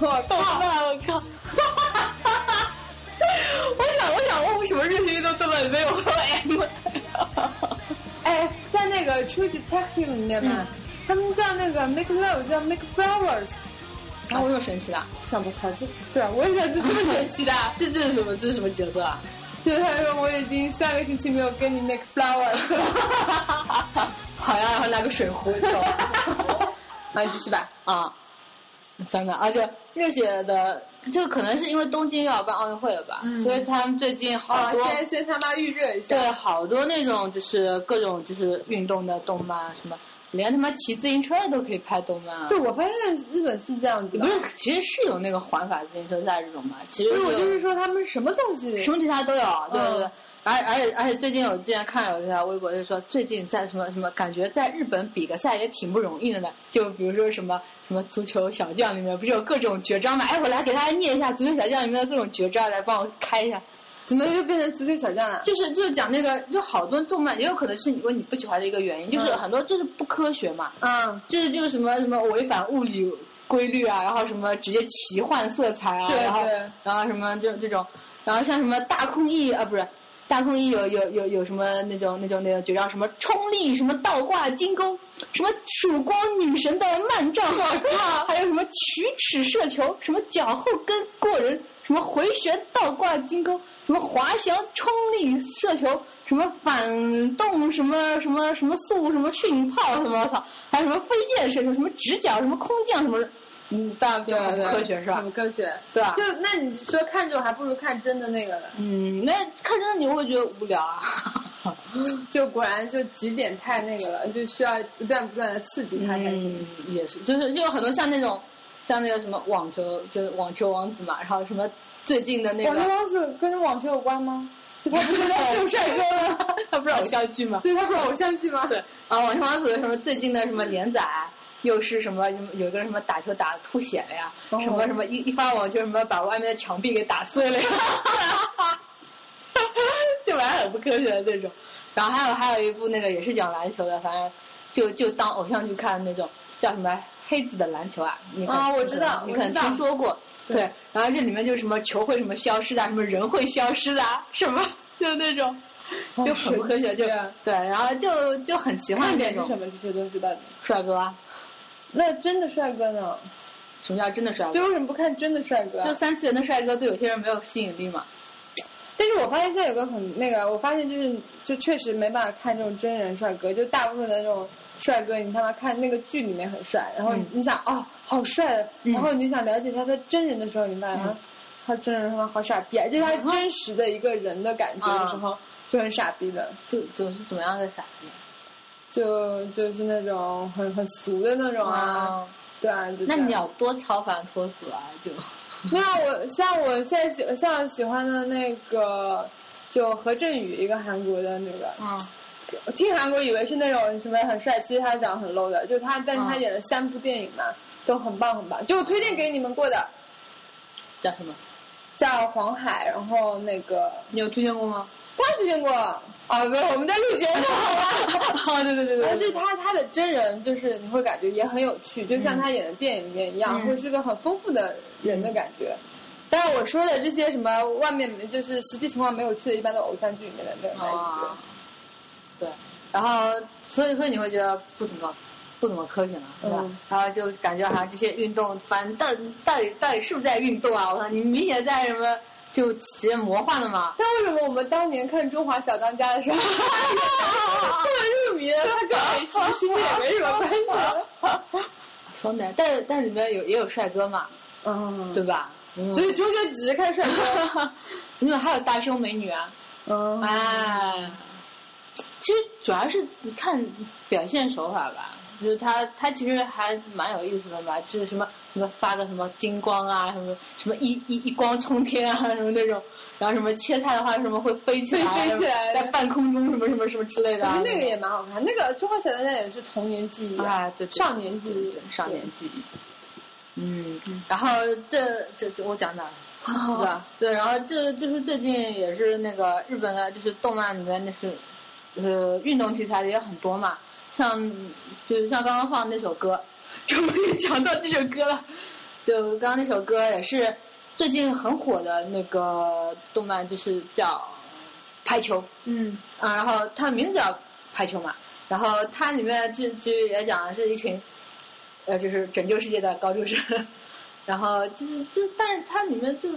[SPEAKER 2] 我
[SPEAKER 1] 动
[SPEAKER 2] 动
[SPEAKER 1] 漫，
[SPEAKER 2] 漫
[SPEAKER 1] 我靠！我想我想问，为什么热血运动这么没有 M？
[SPEAKER 2] 哎，在那个 True Detective 里面嘛，
[SPEAKER 1] 嗯
[SPEAKER 2] 他们叫那个 Make Love 叫 Make Flowers，
[SPEAKER 1] 然啊后我又神奇 了，
[SPEAKER 2] 想不开，就对啊，我也想这这么神奇的啊，
[SPEAKER 1] 这这是什么这是什么节奏啊？
[SPEAKER 2] 就是他说我已经三个星期没有跟你 make flowers 了。
[SPEAKER 1] 好呀，然后拿个水壶，你知 道吗
[SPEAKER 2] 那你继续吧。
[SPEAKER 1] 啊，真的，而且热血的，就可能是因为东京又要办奥运会了吧，
[SPEAKER 2] 嗯
[SPEAKER 1] 所以他们最近好
[SPEAKER 2] 啊，
[SPEAKER 1] 多
[SPEAKER 2] 先先他妈预热一下。
[SPEAKER 1] 对，好多那种就是各种就是运动的动漫，啊什么连他妈骑自行车的都可以拍动漫啊。
[SPEAKER 2] 对，我发现日本是这样子的，
[SPEAKER 1] 不是，其实是有那个环法自行车赛这种嘛，其实
[SPEAKER 2] 所以我
[SPEAKER 1] 有
[SPEAKER 2] 就是说他们什么东西
[SPEAKER 1] 什么题材都有，对对对
[SPEAKER 2] 嗯。
[SPEAKER 1] 而而且而且最近我之前看有一条微博就说，最近在什么什么，感觉在日本比个赛也挺不容易的呢。就比如说什么什么足球小将里面不是有各种绝招嘛？哎，我来给大家念一下足球小将里面的各种绝招，来帮我开一下。
[SPEAKER 2] 怎么就变成足球小将了？
[SPEAKER 1] 就是就是讲那个，就好多动漫也有可能是因为你不喜欢的一个原因，就是
[SPEAKER 2] 嗯
[SPEAKER 1] 很多就是不科学嘛，
[SPEAKER 2] 嗯，
[SPEAKER 1] 就是就是什么什么违反物理规律啊，然后什么直接奇幻色彩啊，
[SPEAKER 2] 对
[SPEAKER 1] 然后
[SPEAKER 2] 对
[SPEAKER 1] 然后什么就这种，然后像什么大空翼啊，不是大空翼有有有有什么那种那种那种绝招，什么冲力，什么倒挂金钩，什么曙光女神的慢杖，我靠，还有什么曲尺射球，什么脚后跟过人，什么回旋倒挂金钩，什么滑翔冲力射球。什么反动什么什么什么速什么训炮什么我操，还有什么飞箭射球什么直角什么空降什么，嗯，当然
[SPEAKER 2] 对
[SPEAKER 1] 就很
[SPEAKER 2] 对，
[SPEAKER 1] 科学是吧
[SPEAKER 2] 很？科学。
[SPEAKER 1] 对吧？
[SPEAKER 2] 就那你说看这种还不如看真的那个呢，
[SPEAKER 1] 嗯，那看着你会觉得无聊啊。
[SPEAKER 2] 就果然就几点太那个了，就需要不断不断的刺激他才行。
[SPEAKER 1] 嗯，也是，就是就有很多像那种，像那个什么网球，就是网球王子嘛，然后什么最近的那
[SPEAKER 2] 网球
[SPEAKER 1] 个，
[SPEAKER 2] 王子跟网球有关吗？是他不是 在秀帅哥吗？
[SPEAKER 1] 他不是偶像剧吗？
[SPEAKER 2] 对，他不是偶像剧吗？
[SPEAKER 1] 对，啊，网球王子什么最近的什么连载，又是什么什么有一个人什么打球打吐血了呀，
[SPEAKER 2] 哦
[SPEAKER 1] 什么什么一一发网球什么把外面的墙壁给打碎了呀， 就玩很不科学的那种。然后还有还有一部那个也是讲篮球的，反正就就当偶像剧看的那种，叫什么《黑子的篮球》啊？你可能
[SPEAKER 2] 啊我知道
[SPEAKER 1] 你
[SPEAKER 2] 我
[SPEAKER 1] 可能
[SPEAKER 2] 知道
[SPEAKER 1] 听说过。
[SPEAKER 2] 对
[SPEAKER 1] 对，然后这里面就是什么球会什么消失的啊，什么人会消失的啊，什么就那种，就很不科学，就
[SPEAKER 2] 哦神奇啊
[SPEAKER 1] 对，然后就就很奇幻
[SPEAKER 2] 看
[SPEAKER 1] 那
[SPEAKER 2] 点是
[SPEAKER 1] 种
[SPEAKER 2] 什么这些都知道的。
[SPEAKER 1] 帅哥啊。
[SPEAKER 2] 那真的帅哥呢？
[SPEAKER 1] 什么叫真的帅
[SPEAKER 2] 就
[SPEAKER 1] 哥？
[SPEAKER 2] 为什么不看真的帅哥啊？
[SPEAKER 1] 就三次元的帅哥对有些人没有吸引力嘛？
[SPEAKER 2] 但是我发现现在有个很那个，我发现就是就确实没办法看这种真人帅哥，就大部分的那种帅哥，你他妈看那个剧里面很帅，然后
[SPEAKER 1] 嗯
[SPEAKER 2] 你想、哦好帅，
[SPEAKER 1] 嗯
[SPEAKER 2] 然后你想了解他他真人的时候，你发现、啊
[SPEAKER 1] 嗯
[SPEAKER 2] 他真人他妈好傻逼啊，就是他真实的一个人的感觉的
[SPEAKER 1] 嗯
[SPEAKER 2] 时候、就很傻逼的，
[SPEAKER 1] 就就是怎么样个傻逼
[SPEAKER 2] 就就是那种很很俗的那种啊，
[SPEAKER 1] 啊？
[SPEAKER 2] 对啊，就这
[SPEAKER 1] 那
[SPEAKER 2] 样
[SPEAKER 1] 你要多超凡脱俗啊！就
[SPEAKER 2] 没有我像我现在喜像喜欢的那个就何振宇一个韩国的那个。
[SPEAKER 1] 嗯
[SPEAKER 2] 我听韩国以为是那种什么很帅，其实他长得很 low 的，就是他，但是他
[SPEAKER 1] 嗯
[SPEAKER 2] 演了三部电影嘛，都很棒很棒。就我推荐给你们过的
[SPEAKER 1] 叫什么？
[SPEAKER 2] 叫《黄海》，然后那个
[SPEAKER 1] 你有推荐过 吗？
[SPEAKER 2] 大家推荐过啊，不，我们在录节目好吧？
[SPEAKER 1] 啊，对对对
[SPEAKER 2] 然后
[SPEAKER 1] 对
[SPEAKER 2] 就
[SPEAKER 1] 对，
[SPEAKER 2] 哎他他的真人，就是你会感觉也很有趣，就像他演的电影里面一样，
[SPEAKER 1] 嗯
[SPEAKER 2] 会是个很丰富的人的感觉。但是我说的这些什么外面就是实际情况没有去的，一般都偶像剧里面的那种感觉
[SPEAKER 1] 啊。，对，然后所以所以你会觉得不怎么不怎么科学嘛，对吧？
[SPEAKER 2] 嗯
[SPEAKER 1] 然后就感觉好像这些运动，反正到底到底到底是不是在运动啊？我操，你明显在什么就直接魔幻了嘛？
[SPEAKER 2] 但为什么我们当年看《中华小当家》的时候， 这么入迷了？它跟美食其实也没什么关系。
[SPEAKER 1] 说没，但是但是里面有也有帅哥嘛，
[SPEAKER 2] 嗯，
[SPEAKER 1] 对吧？ 嗯
[SPEAKER 2] 所以中间只是看帅哥。
[SPEAKER 1] 因为还有大胸美女啊，
[SPEAKER 2] 嗯，
[SPEAKER 1] 哎，其实主要是你看表现手法吧，就是他他其实还蛮有意思的嘛，就是什么什么发个什么金光啊，什么什么一一一光冲天啊，什么那种，然后什么切菜的话什么会飞起来，
[SPEAKER 2] 会飞起来
[SPEAKER 1] 在半空中什么什么什么之类的、
[SPEAKER 2] 我
[SPEAKER 1] 啊
[SPEAKER 2] 觉得，那个也蛮好看。那个《中华小当家》也是童年记忆
[SPEAKER 1] 啊，对对，
[SPEAKER 2] 少年记
[SPEAKER 1] 对对
[SPEAKER 2] 忆
[SPEAKER 1] 对，少年记忆。嗯，然后这这这我讲哪儿了？
[SPEAKER 2] 对
[SPEAKER 1] 对吧
[SPEAKER 2] 吧？
[SPEAKER 1] 对，然后这就是最近也是那个日本的，就是动漫里面那是，就是运动题材的也很多嘛，像就是像刚刚放的那首歌，终于讲到这首歌了，就刚刚那首歌也是最近很火的那个动漫，就是叫排球，
[SPEAKER 2] 嗯，
[SPEAKER 1] 啊，然后它名字叫排球嘛，然后它里面就就也讲的是一群，呃，就是拯救世界的高中生， 然后就是就但是它里面就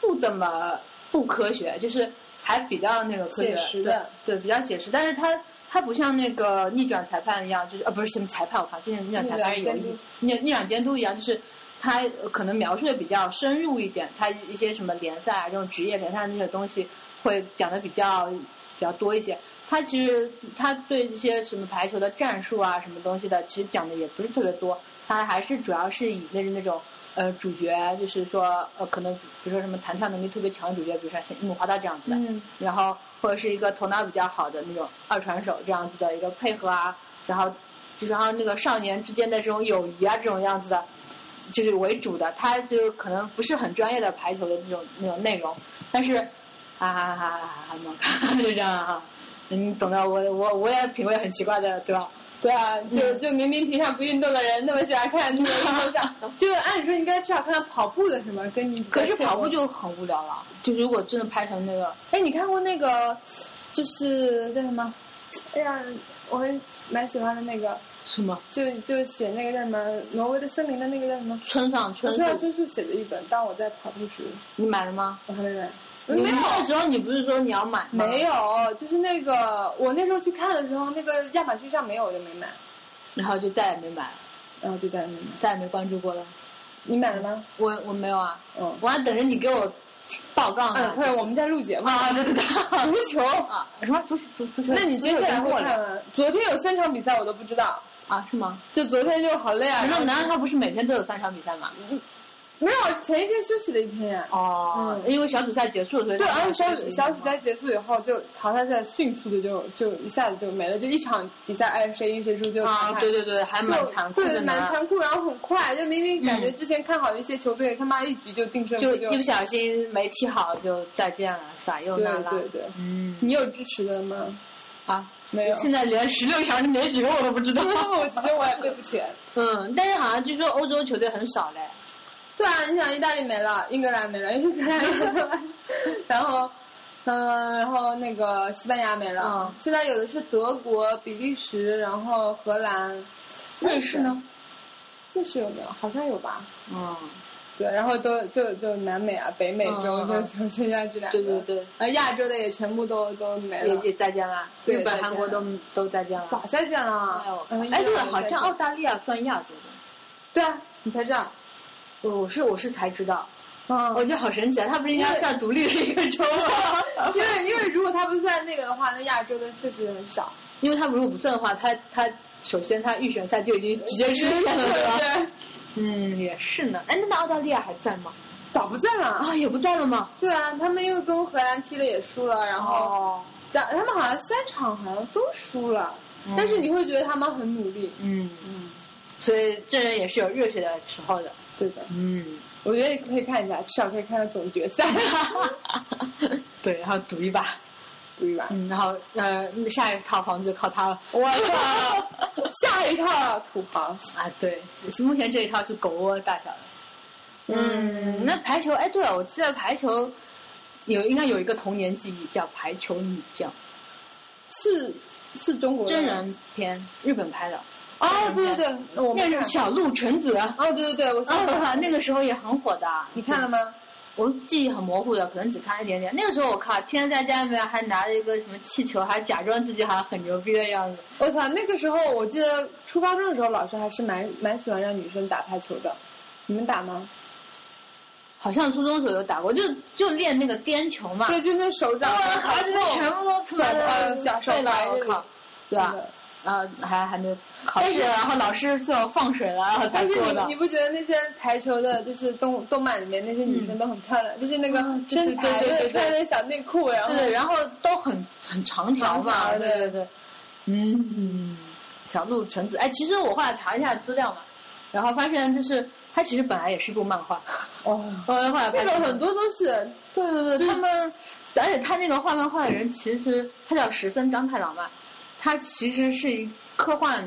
[SPEAKER 1] 不怎么不科学，就是还比较那个科学
[SPEAKER 2] 写实的，
[SPEAKER 1] 对，对比较写实，但是它。它不像那个逆转裁判一样，就是啊，不是什么裁判，我靠，最近逆转裁判是有
[SPEAKER 2] 逆转监
[SPEAKER 1] 意
[SPEAKER 2] 督
[SPEAKER 1] 逆逆转监督一样，就是它呃可能描述的比较深入一点，它一些什么联赛啊，这种职业联赛那些东西会讲的比较比较多一些。他其实他对这些什么排球的战术啊，什么东西的，其实讲的也不是特别多。他还是主要是以那是那种呃主角，就是说呃可能比如说什么弹跳能力特别强的主角，比如说像樱木花道这样子的，
[SPEAKER 2] 嗯
[SPEAKER 1] 然后或者是一个头脑比较好的那种二传手这样子的一个配合啊，然后就是然后那个少年之间的这种友谊啊这种样子的，就是为主的，他就可能不是很专业的排球的那种那种内容，但是哈哈哈哈哈哈，就这样啊，你懂得我我我也品味很奇怪的，对吧？
[SPEAKER 2] 对啊，就就明明平常不运动的人，那么喜欢看那个 运动项，就按理说应该至少看看跑步的什么，跟你比较
[SPEAKER 1] 可是
[SPEAKER 2] 像
[SPEAKER 1] 跑步就很无聊了，就如果真的拍成那个，
[SPEAKER 2] 哎，你看过那个，就是叫什么？哎呀，我很蛮喜欢的那个，
[SPEAKER 1] 什么
[SPEAKER 2] 就就写那个叫什么挪威的森林的那个叫什么？
[SPEAKER 1] 村上
[SPEAKER 2] 我
[SPEAKER 1] 春
[SPEAKER 2] 知道
[SPEAKER 1] 树，
[SPEAKER 2] 春树写的一本，当我在跑步时，
[SPEAKER 1] 你买了吗？
[SPEAKER 2] 我还没买。
[SPEAKER 1] 你
[SPEAKER 2] 没有
[SPEAKER 1] 那时候你不是说你要买吗？
[SPEAKER 2] 没有，就是那个我那时候去看的时候，那个亚马逊上没有，我就没买，
[SPEAKER 1] 然后就再也没买，
[SPEAKER 2] 然后就再也没买。
[SPEAKER 1] 再也没关注过了。
[SPEAKER 2] 你买了吗？
[SPEAKER 1] 我我没有啊，
[SPEAKER 2] 嗯。
[SPEAKER 1] 我还等着你给我报告
[SPEAKER 2] 嗯，
[SPEAKER 1] 呢。
[SPEAKER 2] 快，我们在录节目。
[SPEAKER 1] 啊，对对 对，
[SPEAKER 2] 足 球，
[SPEAKER 1] 啊，什么足足足球？
[SPEAKER 2] 那你接下来会
[SPEAKER 1] 过
[SPEAKER 2] 看
[SPEAKER 1] 来
[SPEAKER 2] 吗？昨天有三场比赛，我都不知道。
[SPEAKER 1] 啊？是吗？
[SPEAKER 2] 就昨天就好累啊。
[SPEAKER 1] 难道
[SPEAKER 2] 然后
[SPEAKER 1] 难道他不是每天都有三场比赛吗？
[SPEAKER 2] 没有前一天休息了一天。
[SPEAKER 1] 哦，因为小组赛结束了，所以
[SPEAKER 2] 对，
[SPEAKER 1] 他
[SPEAKER 2] 然后
[SPEAKER 1] 们
[SPEAKER 2] 小
[SPEAKER 1] 休息
[SPEAKER 2] 组
[SPEAKER 1] 了
[SPEAKER 2] 小组赛结束以后，就淘汰赛迅速的就就一下子就没了，就一场比赛，哎，谁赢谁输就
[SPEAKER 1] 啊，
[SPEAKER 2] 淘汰
[SPEAKER 1] 对对对，还
[SPEAKER 2] 就
[SPEAKER 1] 蛮残酷的啊
[SPEAKER 2] 对，
[SPEAKER 1] 呢
[SPEAKER 2] 蛮，残酷，然后很快，就明明感觉
[SPEAKER 1] 嗯
[SPEAKER 2] 之前看好的一些球队，他妈一局就定胜
[SPEAKER 1] 就
[SPEAKER 2] 负，就
[SPEAKER 1] 一不小心没踢好就再见了，撒又那
[SPEAKER 2] 对
[SPEAKER 1] 拉。
[SPEAKER 2] 对对，
[SPEAKER 1] 嗯
[SPEAKER 2] 你有支持的吗？
[SPEAKER 1] 啊，
[SPEAKER 2] 没有
[SPEAKER 1] 现在连十六强是哪几个我都不知 道。
[SPEAKER 2] 我其实我也背不全。
[SPEAKER 1] 嗯，但是好像据说欧洲球队很少嘞。
[SPEAKER 2] 对啊，你想意大利没了，英格兰没了，英格兰，然后，嗯，然后那个西班牙没了，
[SPEAKER 1] 嗯
[SPEAKER 2] 现在有的是德国、比利时，然后荷兰，
[SPEAKER 1] 瑞士呢？
[SPEAKER 2] 瑞士有没有？好像有吧。
[SPEAKER 1] 嗯，
[SPEAKER 2] 对，然后都就就南美啊、北美洲
[SPEAKER 1] 嗯嗯
[SPEAKER 2] 就
[SPEAKER 1] 嗯
[SPEAKER 2] 就剩下这两个，
[SPEAKER 1] 对对对，
[SPEAKER 2] 而亚洲的也全部都都没
[SPEAKER 1] 也
[SPEAKER 2] 了。
[SPEAKER 1] 也再见啦，
[SPEAKER 2] 对
[SPEAKER 1] 日
[SPEAKER 2] 再
[SPEAKER 1] 本、
[SPEAKER 2] 见
[SPEAKER 1] 韩国
[SPEAKER 2] 了
[SPEAKER 1] 都都再见了。
[SPEAKER 2] 早再见了，嗯然后
[SPEAKER 1] 哎，
[SPEAKER 2] 伊
[SPEAKER 1] 对了，
[SPEAKER 2] 朗也
[SPEAKER 1] 好像
[SPEAKER 2] 再见
[SPEAKER 1] 澳大利亚算亚洲的。
[SPEAKER 2] 对啊，你才这样，
[SPEAKER 1] 我我是我是才知道，
[SPEAKER 2] 嗯，
[SPEAKER 1] 我觉得好神奇啊！它不是应该算独立的一个州吗？
[SPEAKER 2] 因为因为如果他不算那个的话，那亚洲的确实 很少。
[SPEAKER 1] 因为它如果不算的话，它它首先它预选赛就已经直接出现了，对吧？
[SPEAKER 2] 对，
[SPEAKER 1] 嗯，也是呢。哎，那那澳大利亚还在吗？
[SPEAKER 2] 早不在了。
[SPEAKER 1] 啊，也不在了吗？
[SPEAKER 2] 对啊，他们因为跟荷兰踢了也输了，然后，
[SPEAKER 1] 哦
[SPEAKER 2] 但他们好像三场好像都输了，
[SPEAKER 1] 嗯
[SPEAKER 2] 但是你会觉得他们很努力。
[SPEAKER 1] 嗯嗯，所以这人也是有热血的时候的。
[SPEAKER 2] 对的，
[SPEAKER 1] 嗯，
[SPEAKER 2] 我觉得你可以看一下，至少可以看到总决赛，
[SPEAKER 1] 对，然后赌一把，
[SPEAKER 2] 对吧？
[SPEAKER 1] 嗯，然后呃，下一套房子就靠它了。
[SPEAKER 2] 我操，下一套土豪，
[SPEAKER 1] 啊，对，目前这一套是狗窝大小的。嗯，那排球，哎，对了，我记得排球有应该有一个童年记忆叫排球女将，
[SPEAKER 2] 是是中国的
[SPEAKER 1] 真
[SPEAKER 2] 吗
[SPEAKER 1] 人片，日本拍的，
[SPEAKER 2] 哦，对对对，我
[SPEAKER 1] 那
[SPEAKER 2] 们
[SPEAKER 1] 是小鹿纯子。 啊，
[SPEAKER 2] 哦，对对对，我想起来 了
[SPEAKER 1] 那个时候也很火的，
[SPEAKER 2] 你看了吗？
[SPEAKER 1] 我记忆很模糊的，可能只看一点点。那个时候我靠，天天在家里面还拿着一个什么气球，还假装自己好像很牛逼的样子。
[SPEAKER 2] 我操，那个时候我记得初高中的时候，老师还是蛮蛮喜欢让女生打排球的。你们打吗？
[SPEAKER 1] 好像初中时候有打过，就就练那个颠球嘛。
[SPEAKER 2] 对，就那手掌，
[SPEAKER 1] 我靠，这边全部都他妈的
[SPEAKER 2] 小手
[SPEAKER 1] 废了
[SPEAKER 2] 踝，
[SPEAKER 1] 我靠，对啊
[SPEAKER 2] 真
[SPEAKER 1] 吧？
[SPEAKER 2] 的
[SPEAKER 1] 然后还还没有考
[SPEAKER 2] 但是
[SPEAKER 1] 试，然后老师最后放水了，然后才
[SPEAKER 2] 但是
[SPEAKER 1] 做
[SPEAKER 2] 你
[SPEAKER 1] 的
[SPEAKER 2] 你。不觉得那些排球的，就是动动漫里面那些女生都很漂亮，就是那个
[SPEAKER 1] 嗯对
[SPEAKER 2] 身材，
[SPEAKER 1] 对对对对
[SPEAKER 2] 穿那小内裤，然后
[SPEAKER 1] 对，然后都很很长条嘛，
[SPEAKER 2] 长条
[SPEAKER 1] 对对对，嗯嗯，小鹿橙子，哎，其实我后来查一下资料嘛，然后发现就是它其实本来也是部漫画，
[SPEAKER 2] 哦，
[SPEAKER 1] 后来后来
[SPEAKER 2] 那
[SPEAKER 1] 拍
[SPEAKER 2] 种
[SPEAKER 1] 成
[SPEAKER 2] 很多都是
[SPEAKER 1] 对对对，
[SPEAKER 2] 就是
[SPEAKER 1] 他们，而且他那个画漫画的人，其实他叫石森章太郎嘛，他其实是以科幻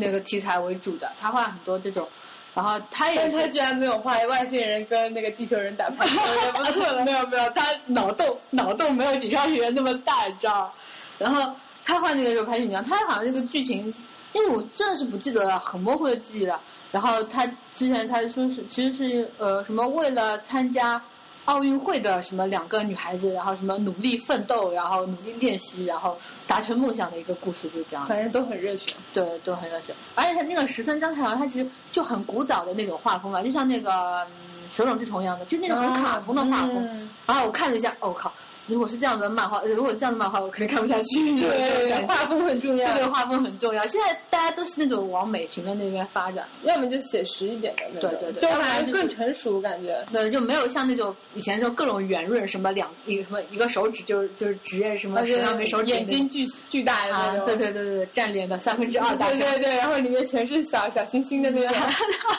[SPEAKER 1] 那个题材为主的，他画很多这种，然后他也
[SPEAKER 2] 但
[SPEAKER 1] 是
[SPEAKER 2] 他居然没有画外星人跟那个地球人打 排球，也不错了。
[SPEAKER 1] 没有没有，他脑洞脑洞没有警校学院那么大，你知道吗？然后他画那个时候拍警校，他好像那个剧情，因为我真的是不记得了，很模糊的记忆了。然后他之前他说是其实是呃什么为了参加奥运会的什么两个女孩子，然后什么努力奋斗，然后努力练习，然后达成梦想的一个故事，就这样。
[SPEAKER 2] 反正都很热血，
[SPEAKER 1] 对，都很热血。而且他那个十三张太郎，他其实就很古早的那种画风嘛，就像那个、嗯、手冢治虫一样的， 就那种很卡通的画风。
[SPEAKER 2] 嗯
[SPEAKER 1] 然后我看了一下，哦我靠！如果是这样的漫画，呃如果是这样的漫画，我肯定看不下去。
[SPEAKER 2] 对，画
[SPEAKER 1] 画
[SPEAKER 2] 风很重要
[SPEAKER 1] 这，个画风很重要。现在大家都是那种往美型的那边发展，
[SPEAKER 2] 要么就写实一点的那种，
[SPEAKER 1] 对对对
[SPEAKER 2] 就
[SPEAKER 1] 要不
[SPEAKER 2] 反
[SPEAKER 1] 然
[SPEAKER 2] 正
[SPEAKER 1] 就是
[SPEAKER 2] 更成熟感觉。
[SPEAKER 1] 对，就没有像那种以前就各种圆润，什么两一个什么一个手指就是就是职业什么
[SPEAKER 2] 而且
[SPEAKER 1] 手上没手指
[SPEAKER 2] 啊眼睛巨巨大的
[SPEAKER 1] 啊
[SPEAKER 2] 那，种，
[SPEAKER 1] 对对对对，对占脸的三分之二大
[SPEAKER 2] 对
[SPEAKER 1] 小。嗯
[SPEAKER 2] 对对，然后里面全是小小星星 的那种，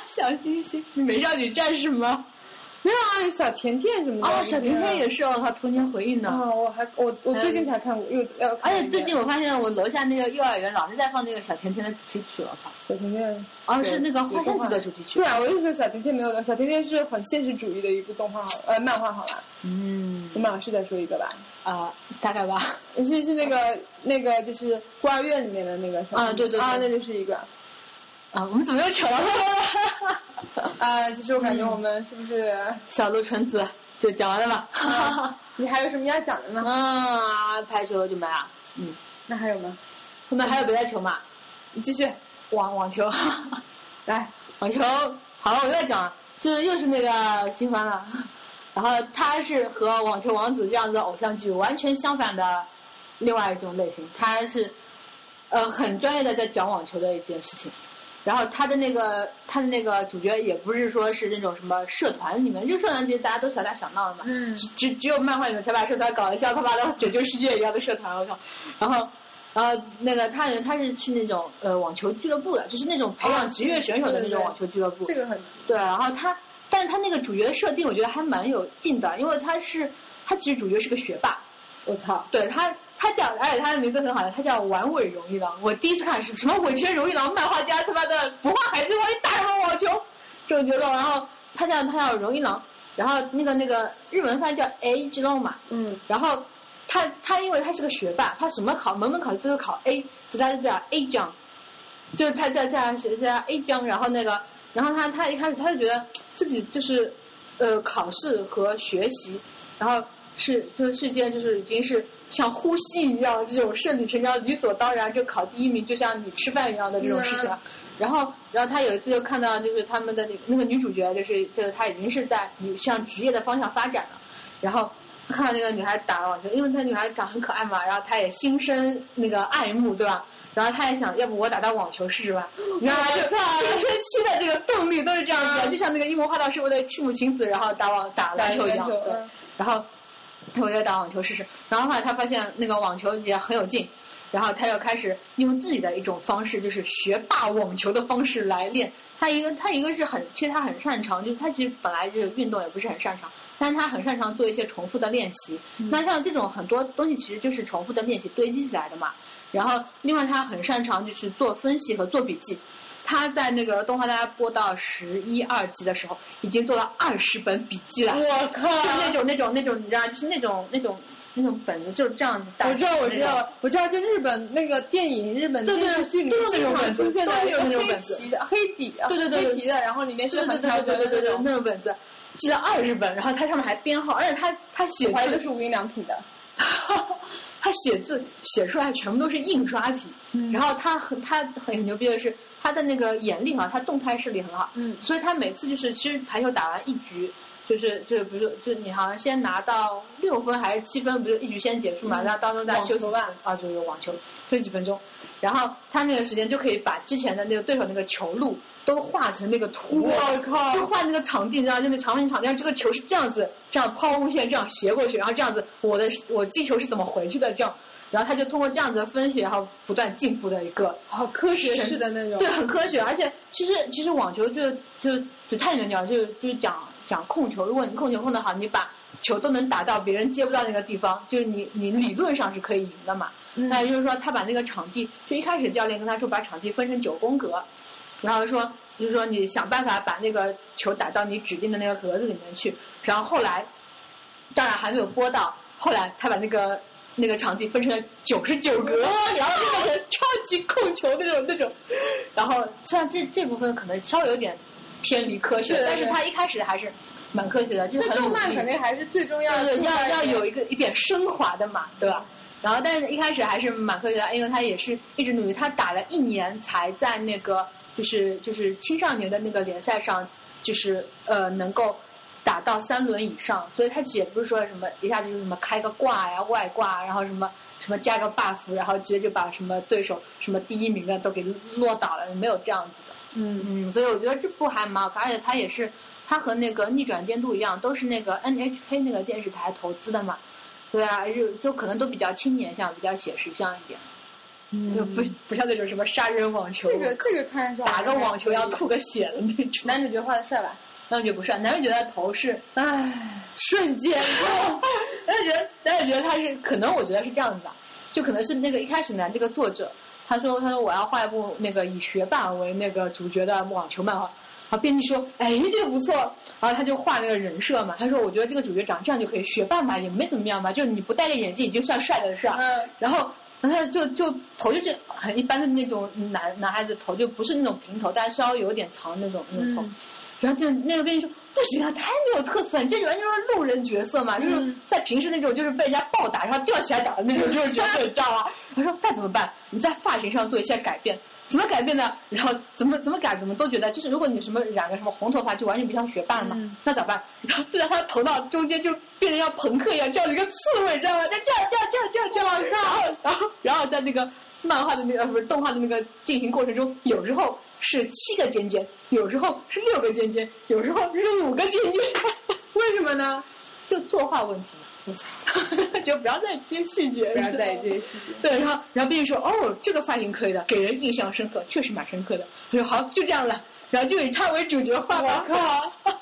[SPEAKER 1] 小星星，美少女战士吗？
[SPEAKER 2] 没有啊，小甜甜什么的。
[SPEAKER 1] 哦，小甜甜也
[SPEAKER 2] 是。
[SPEAKER 1] 是哦，她童年回忆呢。
[SPEAKER 2] 啊，我还我我最近才看过，又要看
[SPEAKER 1] 而
[SPEAKER 2] 一
[SPEAKER 1] 且
[SPEAKER 2] 遍
[SPEAKER 1] 最近我发现我楼下那个幼儿园老是在放那个小甜甜的主题曲，我靠！
[SPEAKER 2] 小甜甜，
[SPEAKER 1] 哦，
[SPEAKER 2] 对
[SPEAKER 1] 是那个花仙子的主题曲
[SPEAKER 2] 对。啊，我就说小甜甜没有，小甜甜是很现实主义的一部动画好，呃，漫画好吧？
[SPEAKER 1] 嗯
[SPEAKER 2] 我们老师再说一个吧，
[SPEAKER 1] 啊，大概吧。
[SPEAKER 2] 是是那个那个就是孤儿院里面的那个小
[SPEAKER 1] 哦啊对对对
[SPEAKER 2] 啊，那就是一个
[SPEAKER 1] 啊，我们怎么又扯到了？
[SPEAKER 2] 啊，其实我感觉我们是不是？
[SPEAKER 1] 小鹿纯子就讲完了吧？
[SPEAKER 2] 啊你还有什么要讲的吗？
[SPEAKER 1] 啊，排球就没了。嗯，
[SPEAKER 2] 那还有吗？
[SPEAKER 1] 后面还有别的球嘛？
[SPEAKER 2] 你继续
[SPEAKER 1] 网网球，
[SPEAKER 2] 来，
[SPEAKER 1] 网球。啊好了，我又要讲了，就是又是那个新番了。然后他是和《网球王子》这样的偶像剧完全相反的另外一种类型，他是呃很专业的在讲网球的一件事情。然后他的那个他的那个主角也不是说是那种什么社团里面，就社团其实大家都小打小闹的嘛，
[SPEAKER 2] 嗯
[SPEAKER 1] 只只只有漫画里面才把社团搞得像他妈的拯救世界一样的社团，我靠！然后，呃，那个他他是去那种呃网球俱乐部的，就是那种培
[SPEAKER 2] 哦
[SPEAKER 1] 养职业选手的那
[SPEAKER 2] 对对
[SPEAKER 1] 种
[SPEAKER 2] 对
[SPEAKER 1] 网球俱乐部。
[SPEAKER 2] 这个很
[SPEAKER 1] 对，然后他，但是他那个主角设定我觉得还蛮有劲的，因为他是他其实主角是个学霸，
[SPEAKER 2] 我操，
[SPEAKER 1] 对他。他叫，而且他的名字很好，他叫丸尾荣一郎。我第一次看是什么尾田荣一郎漫画家，他妈的不画海贼王，你打什么网球？这种觉得。然后他叫他叫荣一郎，然后那个那个日文翻译叫 A 知道嘛，
[SPEAKER 2] 嗯，
[SPEAKER 1] 然后他他因为他是个学霸，他什么考门门考试都考 A，所以他就叫 A 奖，就他叫叫叫叫 A 奖，然后那个，然后他他一开始他就觉得自己就是呃考试和学习，然后是就是之间就是已经是像呼吸一样这种顺理成章、理所当然就考第一名，就像你吃饭一样的这种事情了。然后，然后他有一次就看到，就是他们的那个那个女主角，就是就是她已经是在你向职业的方向发展了。然后他看到那个女孩打网球，因为那女孩长得很可爱嘛，然后他也心生那个爱慕，对吧？然后他也想要不我打打网球试 试吧，你知道吗？就青春期的这个动力都是这样子的，就像那个樱木花道是为了赤木晴子，然后打网打篮球一样，对。
[SPEAKER 2] 嗯
[SPEAKER 1] 然后 我就打网球试试。然后后来他发现那个网球也很有劲，然后他又开始用自己的一种方式，就是学霸网球的方式来练。他一个他一个是很，其实他很擅长，就是他其实本来就是运动也不是很擅长，但是他很擅长做一些重复的练习。那像这种很多东西其实就是重复的练习堆积起来的嘛。然后另外他很擅长就是做分析和做笔记。他在那个动画大家播到十一二集的时候，已经做了二十本笔记了。
[SPEAKER 2] 我靠，
[SPEAKER 1] 就是那种那种那种，你知道，就是那种那种那种本子，就是这样子大。
[SPEAKER 2] 我知道，我知
[SPEAKER 1] 那种。
[SPEAKER 2] 道，我知道，就日本那个电影、日本
[SPEAKER 1] 对
[SPEAKER 2] 电
[SPEAKER 1] 对
[SPEAKER 2] 视剧里
[SPEAKER 1] 都有那
[SPEAKER 2] 经
[SPEAKER 1] 种
[SPEAKER 2] 常
[SPEAKER 1] 本子
[SPEAKER 2] 出现的
[SPEAKER 1] 都有那种
[SPEAKER 2] 黑
[SPEAKER 1] 本子
[SPEAKER 2] 皮的、黑底、
[SPEAKER 1] 对对对对
[SPEAKER 2] 黑皮的，然后里面是
[SPEAKER 1] 对对
[SPEAKER 2] 很
[SPEAKER 1] 对
[SPEAKER 2] 条
[SPEAKER 1] 对
[SPEAKER 2] 纹
[SPEAKER 1] 对
[SPEAKER 2] 的
[SPEAKER 1] 对
[SPEAKER 2] 那
[SPEAKER 1] 对，
[SPEAKER 2] 种，
[SPEAKER 1] 那种本子，记了二十本，然后它上面还编号，而且他他写
[SPEAKER 2] 怀疑都
[SPEAKER 1] 字，
[SPEAKER 2] 是无印良品的。
[SPEAKER 1] 他写字写出来全部都是印刷体。
[SPEAKER 2] 嗯
[SPEAKER 1] 然后他很他很牛逼的是，他的那个眼力啊，他动态视力很好。
[SPEAKER 2] 嗯
[SPEAKER 1] 所以他每次就是，其实排球打完一局，就是就是比如说，就是你好像先拿到六分还是七分，不就一局先结束嘛，然后当中再休息
[SPEAKER 2] 嗯网球
[SPEAKER 1] 万啊，就是网球休息几分钟，然后他那个时间就可以把之前的那个对手那个球路都画成那个图，
[SPEAKER 2] 我靠
[SPEAKER 1] 就画那个场地，然后那个长方形场地，然后这个球是这样子，这样抛物线这样斜过去，然后这样子我的我击球是怎么回去的这样。然后他就通过这样子的分析，然后不断进步的一个
[SPEAKER 2] 好科学式的那种，
[SPEAKER 1] 对，很科学。而且其实其实网球就就就太远点儿，就就讲讲控球。如果你控球控得好，你把球都能打到别人接不到那个地方，就是你你理论上是可以赢的嘛。
[SPEAKER 2] 嗯
[SPEAKER 1] 那也就是说，他把那个场地，就一开始教练跟他说把场地分成九宫格，然后说就是说你想办法把那个球打到你指定的那个格子里面去。然后后来，当然还没有播到，后来他把那个。那个场地分成了九十九
[SPEAKER 2] 哦
[SPEAKER 1] 格，然后就那种超级控球那种那种，然后虽然这这部分可能稍微有点偏离科学，
[SPEAKER 2] 对对
[SPEAKER 1] 但是
[SPEAKER 2] 对
[SPEAKER 1] 他一开始还是蛮科学的，就是
[SPEAKER 2] 那
[SPEAKER 1] 很
[SPEAKER 2] 动
[SPEAKER 1] 努
[SPEAKER 2] 漫
[SPEAKER 1] 力
[SPEAKER 2] 肯定还是最重要
[SPEAKER 1] 要
[SPEAKER 2] 的，
[SPEAKER 1] 要要有一个一点升华的嘛，对吧？然后，但是一开始还是蛮科学的，因为他也是一直努力，他打了一年才在那个就是就是青少年的那个联赛上，就是呃能够打到三轮以上，所以他也不是说什么一下就是什么开个挂呀、外挂，然后什么什么加个 buff，然后直接就把什么对手什么第一名的都给落倒了，没有这样子的。
[SPEAKER 2] 嗯，
[SPEAKER 1] 嗯，所以我觉得这部还蛮好看，而且它也是，它和那个《逆转监督》一样，都是那个 NHK 那个电视台投资的嘛。对啊，就就可能都比较青年向，比较写实向一点，就不不像那种什么杀人网球，
[SPEAKER 2] 嗯这个这个看上去好像
[SPEAKER 1] 打个网球要
[SPEAKER 2] 还可以
[SPEAKER 1] 吐个血的那种。
[SPEAKER 2] 男主角画的帅吧？
[SPEAKER 1] 男主角不帅，男主角的头是，唉，
[SPEAKER 2] 瞬间，
[SPEAKER 1] 男主角男主角他是可能我觉得是这样子的，就可能是那个一开始呢，这个作者他说他说我要画一部那个以学霸为那个主角的网球漫画。啊，编辑说，哎，这个不错。然后他就画那个人设嘛，他说，我觉得这个主角长这样就可以，学霸嘛，也没怎么样嘛，就是你不戴个眼镜已经算帅的事儿。
[SPEAKER 2] 嗯，
[SPEAKER 1] 然后，然后他就就头就是很一般的那种男男孩子头，就不是那种平头，但是稍微有点长那种那种头。
[SPEAKER 2] 嗯
[SPEAKER 1] 然后就那个编辑说：“不行啊，太没有特色了，你这完全就是路人角色嘛，就是
[SPEAKER 2] 嗯
[SPEAKER 1] 在平时那种就是被人家暴打然后吊起来打的那种就是角色，你知道吗？”他说：“那怎么办？你在发型上做一些改变。”怎么改变呢？然后怎么怎么改，怎么都觉得就是，如果你什么染个什么红头发，就完全不像学霸了嘛。
[SPEAKER 2] 嗯
[SPEAKER 1] 那咋办？ 然后就在他头脑中间就变得像朋克一样，这样的一个刺猬，你知道吗？就这样这样这样这样这样，然后然后然后在那个漫画的那个呃不是动画的那个进行过程中，有时候是七个尖尖，有时候是六个尖尖，有时候是五个尖 尖，
[SPEAKER 2] 为什么呢？
[SPEAKER 1] 就作画问题嘛。 我操，就不要在意这些细节，
[SPEAKER 2] 不要在意这
[SPEAKER 1] 些。
[SPEAKER 2] 些细节。
[SPEAKER 1] 对，然后然后编辑说，哦，这个发型可以的，给人印象深刻，确实蛮深刻的。他说好，就这样了，然后就以他为主角画吧。
[SPEAKER 2] 靠！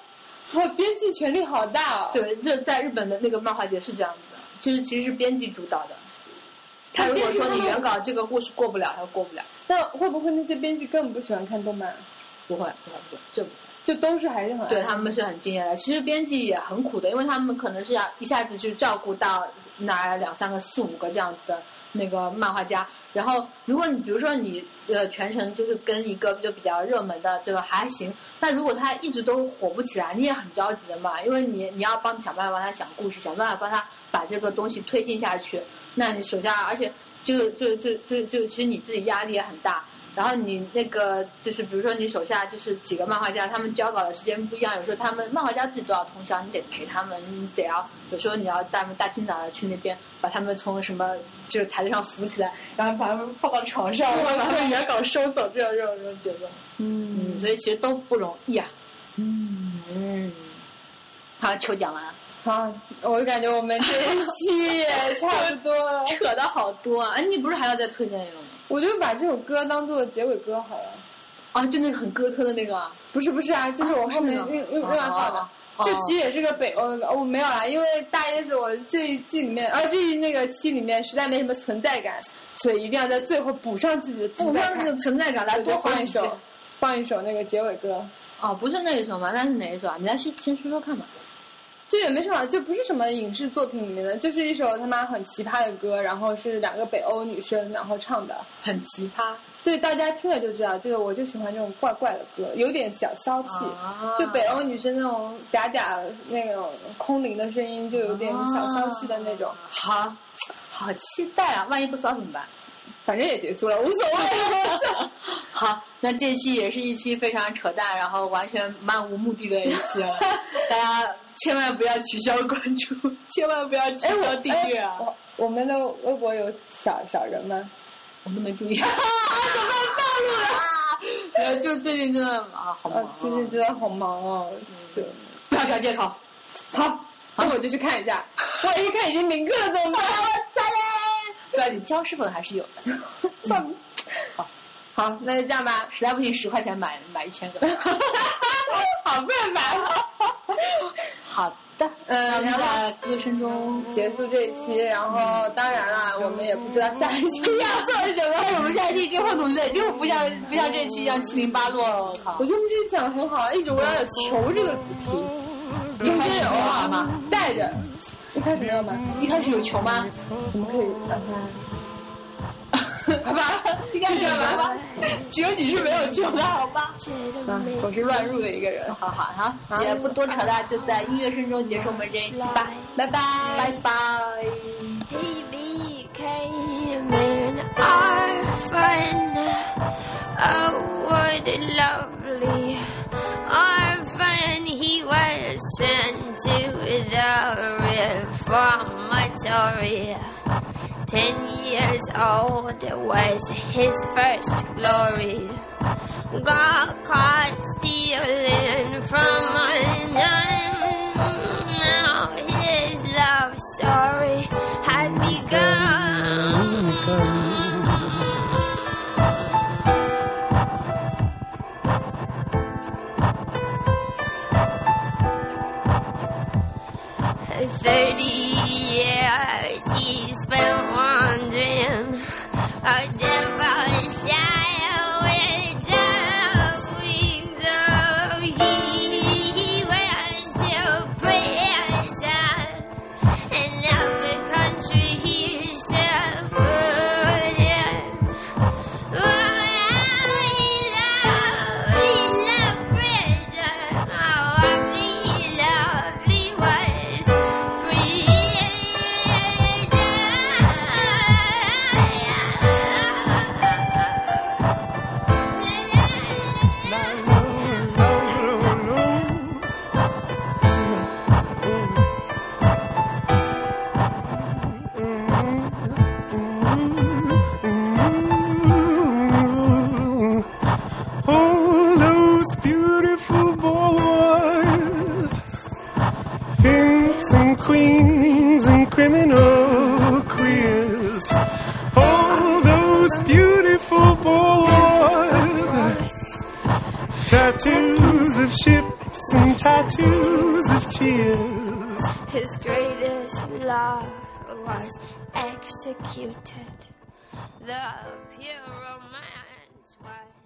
[SPEAKER 2] 我编辑权力好大哦。，
[SPEAKER 1] 对，这在日本的那个漫画节是这样子的，就是其实是编辑主导的。他如果说你原稿这个故事过不了，他过不了，
[SPEAKER 2] 那会不会那些编辑根本不喜欢看动漫？
[SPEAKER 1] 不会，不会，不会，这不会。
[SPEAKER 2] 就都是还是很爱
[SPEAKER 1] 对他们是很敬业的。其实编辑也很苦的，因为他们可能是要一下子就照顾到那两三个、四五个这样的那个漫画家。然后，如果你比如说你呃全程就是跟一个就比较热门的这个还行，那如果他一直都火不起来，你也很着急的嘛，因为你你要帮想办法帮他想故事，想办法帮他把这个东西推进下去。那你手下，而且就就就就就其实你自己压力也很大。然后你那个就是，比如说你手下就是几个漫画家，他们交稿的时间不一样，有时候他们漫画家自己都要通宵，你得陪他们，你得要有时候你要大大清早的去那边把他们从什么就是台子上扶起来，然后把他们放到床上，然后把他们原稿收走，这种这种这种节奏。嗯，
[SPEAKER 2] 嗯
[SPEAKER 1] 所以其实都不容易啊。
[SPEAKER 2] 嗯，
[SPEAKER 1] 嗯，好，抽奖了啊，，
[SPEAKER 2] 好，我感觉我们这一期也差不多 了
[SPEAKER 1] 扯的好多啊！哎，你不是还要再推荐一个吗？
[SPEAKER 2] 我就把这首歌当做结尾歌好了。
[SPEAKER 1] 啊，就那个很哥特的那个啊，
[SPEAKER 2] 不是不是啊，就是我后面
[SPEAKER 1] 啊不是
[SPEAKER 2] 用
[SPEAKER 1] 那个
[SPEAKER 2] 用用完放
[SPEAKER 1] 哦
[SPEAKER 2] 的。
[SPEAKER 1] 哦
[SPEAKER 2] 这期也是个北，我、我没有啦，因为大椰子我这一季里面，呃，这一那个期里面实在没什么存在感，所以一定要在最后补上自己的
[SPEAKER 1] 补
[SPEAKER 2] 存在
[SPEAKER 1] 上那
[SPEAKER 2] 感
[SPEAKER 1] 个，存在感来
[SPEAKER 2] 对
[SPEAKER 1] 多
[SPEAKER 2] 就
[SPEAKER 1] 画
[SPEAKER 2] 放
[SPEAKER 1] 几
[SPEAKER 2] 一
[SPEAKER 1] 句
[SPEAKER 2] 首，放一首那个结尾歌。
[SPEAKER 1] 哦，不是那一首吗？那是哪一首啊？你来先先说说看吧。
[SPEAKER 2] 这也没什么，就不是什么影视作品里面的，就是一首他妈很奇葩的歌，然后是两个北欧女生然后唱的，
[SPEAKER 1] 很奇葩，
[SPEAKER 2] 对大家听了就知道，就是我就喜欢这种怪怪的歌，有点小骚气，
[SPEAKER 1] 啊
[SPEAKER 2] 就北欧女生那种嗲嗲那种空灵的声音，就有点小
[SPEAKER 1] 啊
[SPEAKER 2] 骚气的那种，
[SPEAKER 1] 哦好，好期待啊！万一不骚怎么办？
[SPEAKER 2] 反正也结束了，无所 谓。
[SPEAKER 1] 好，那这期也是一期非常扯淡，然后完全漫无目的的一期 了，大家千万不要取消关注，千万不要取
[SPEAKER 2] 哎，
[SPEAKER 1] 消
[SPEAKER 2] 我
[SPEAKER 1] 订阅啊！
[SPEAKER 2] 哎我我们的微博有小小人吗？
[SPEAKER 1] 我都没注意，怎么暴露了？ 呃，就最近真的啊，好忙啊，，
[SPEAKER 2] 呃
[SPEAKER 1] 嗯
[SPEAKER 2] 最近真的好忙哦，就
[SPEAKER 1] 不要找借口。
[SPEAKER 2] 好，那我就去看一下，万一看已经停课了怎么办？
[SPEAKER 1] 再嘞！不要紧，僵尸粉还是有 的，
[SPEAKER 2] 算好，那就这样吧。
[SPEAKER 1] 实在不行十块钱买买一千 个。
[SPEAKER 2] 好，不然买了。
[SPEAKER 1] 好的，
[SPEAKER 2] 嗯
[SPEAKER 1] 那我们
[SPEAKER 2] 然后
[SPEAKER 1] 在歌声中
[SPEAKER 2] 结束这一期，然后当然啦，我们也不知道下一期
[SPEAKER 1] 嗯
[SPEAKER 2] 要做什么。
[SPEAKER 1] 哎我们下期一定会努力的，一定不像不像这期一样七零八落了。我靠
[SPEAKER 2] 我！觉得我们这期讲的很好，啊一直围绕着球这个主
[SPEAKER 1] 嗯
[SPEAKER 2] 题，中间有啊
[SPEAKER 1] 吗？
[SPEAKER 2] 带着。一开始没有吗？
[SPEAKER 1] 一开始有球 吗？
[SPEAKER 2] 我们可以让他，好吧，应该这样吧。
[SPEAKER 1] 只有你是没有球的，好吧？
[SPEAKER 2] 嗯，我是乱入的一个人，
[SPEAKER 1] 好好好，姐不多扯了，就在音乐声中结束我们这一期吧，
[SPEAKER 2] 拜拜，
[SPEAKER 1] 拜拜。
[SPEAKER 4] He became an orphan. Oh, what a lovely orphan he was sent to the reformatory. Ten years old was his first glory. Got caught stealing from a nun. Now his love story had begun. Thirty years he spent wandering a devil style with the wings of he, he went to prison and every country he set foot in. Oh, how he loved, he loved prison. How lovely, lovely was prison.
[SPEAKER 5] queens and criminal queers. All those beautiful boys. Tattoos of ships and tattoos of tears.
[SPEAKER 4] His greatest law was executed. The pure romance was.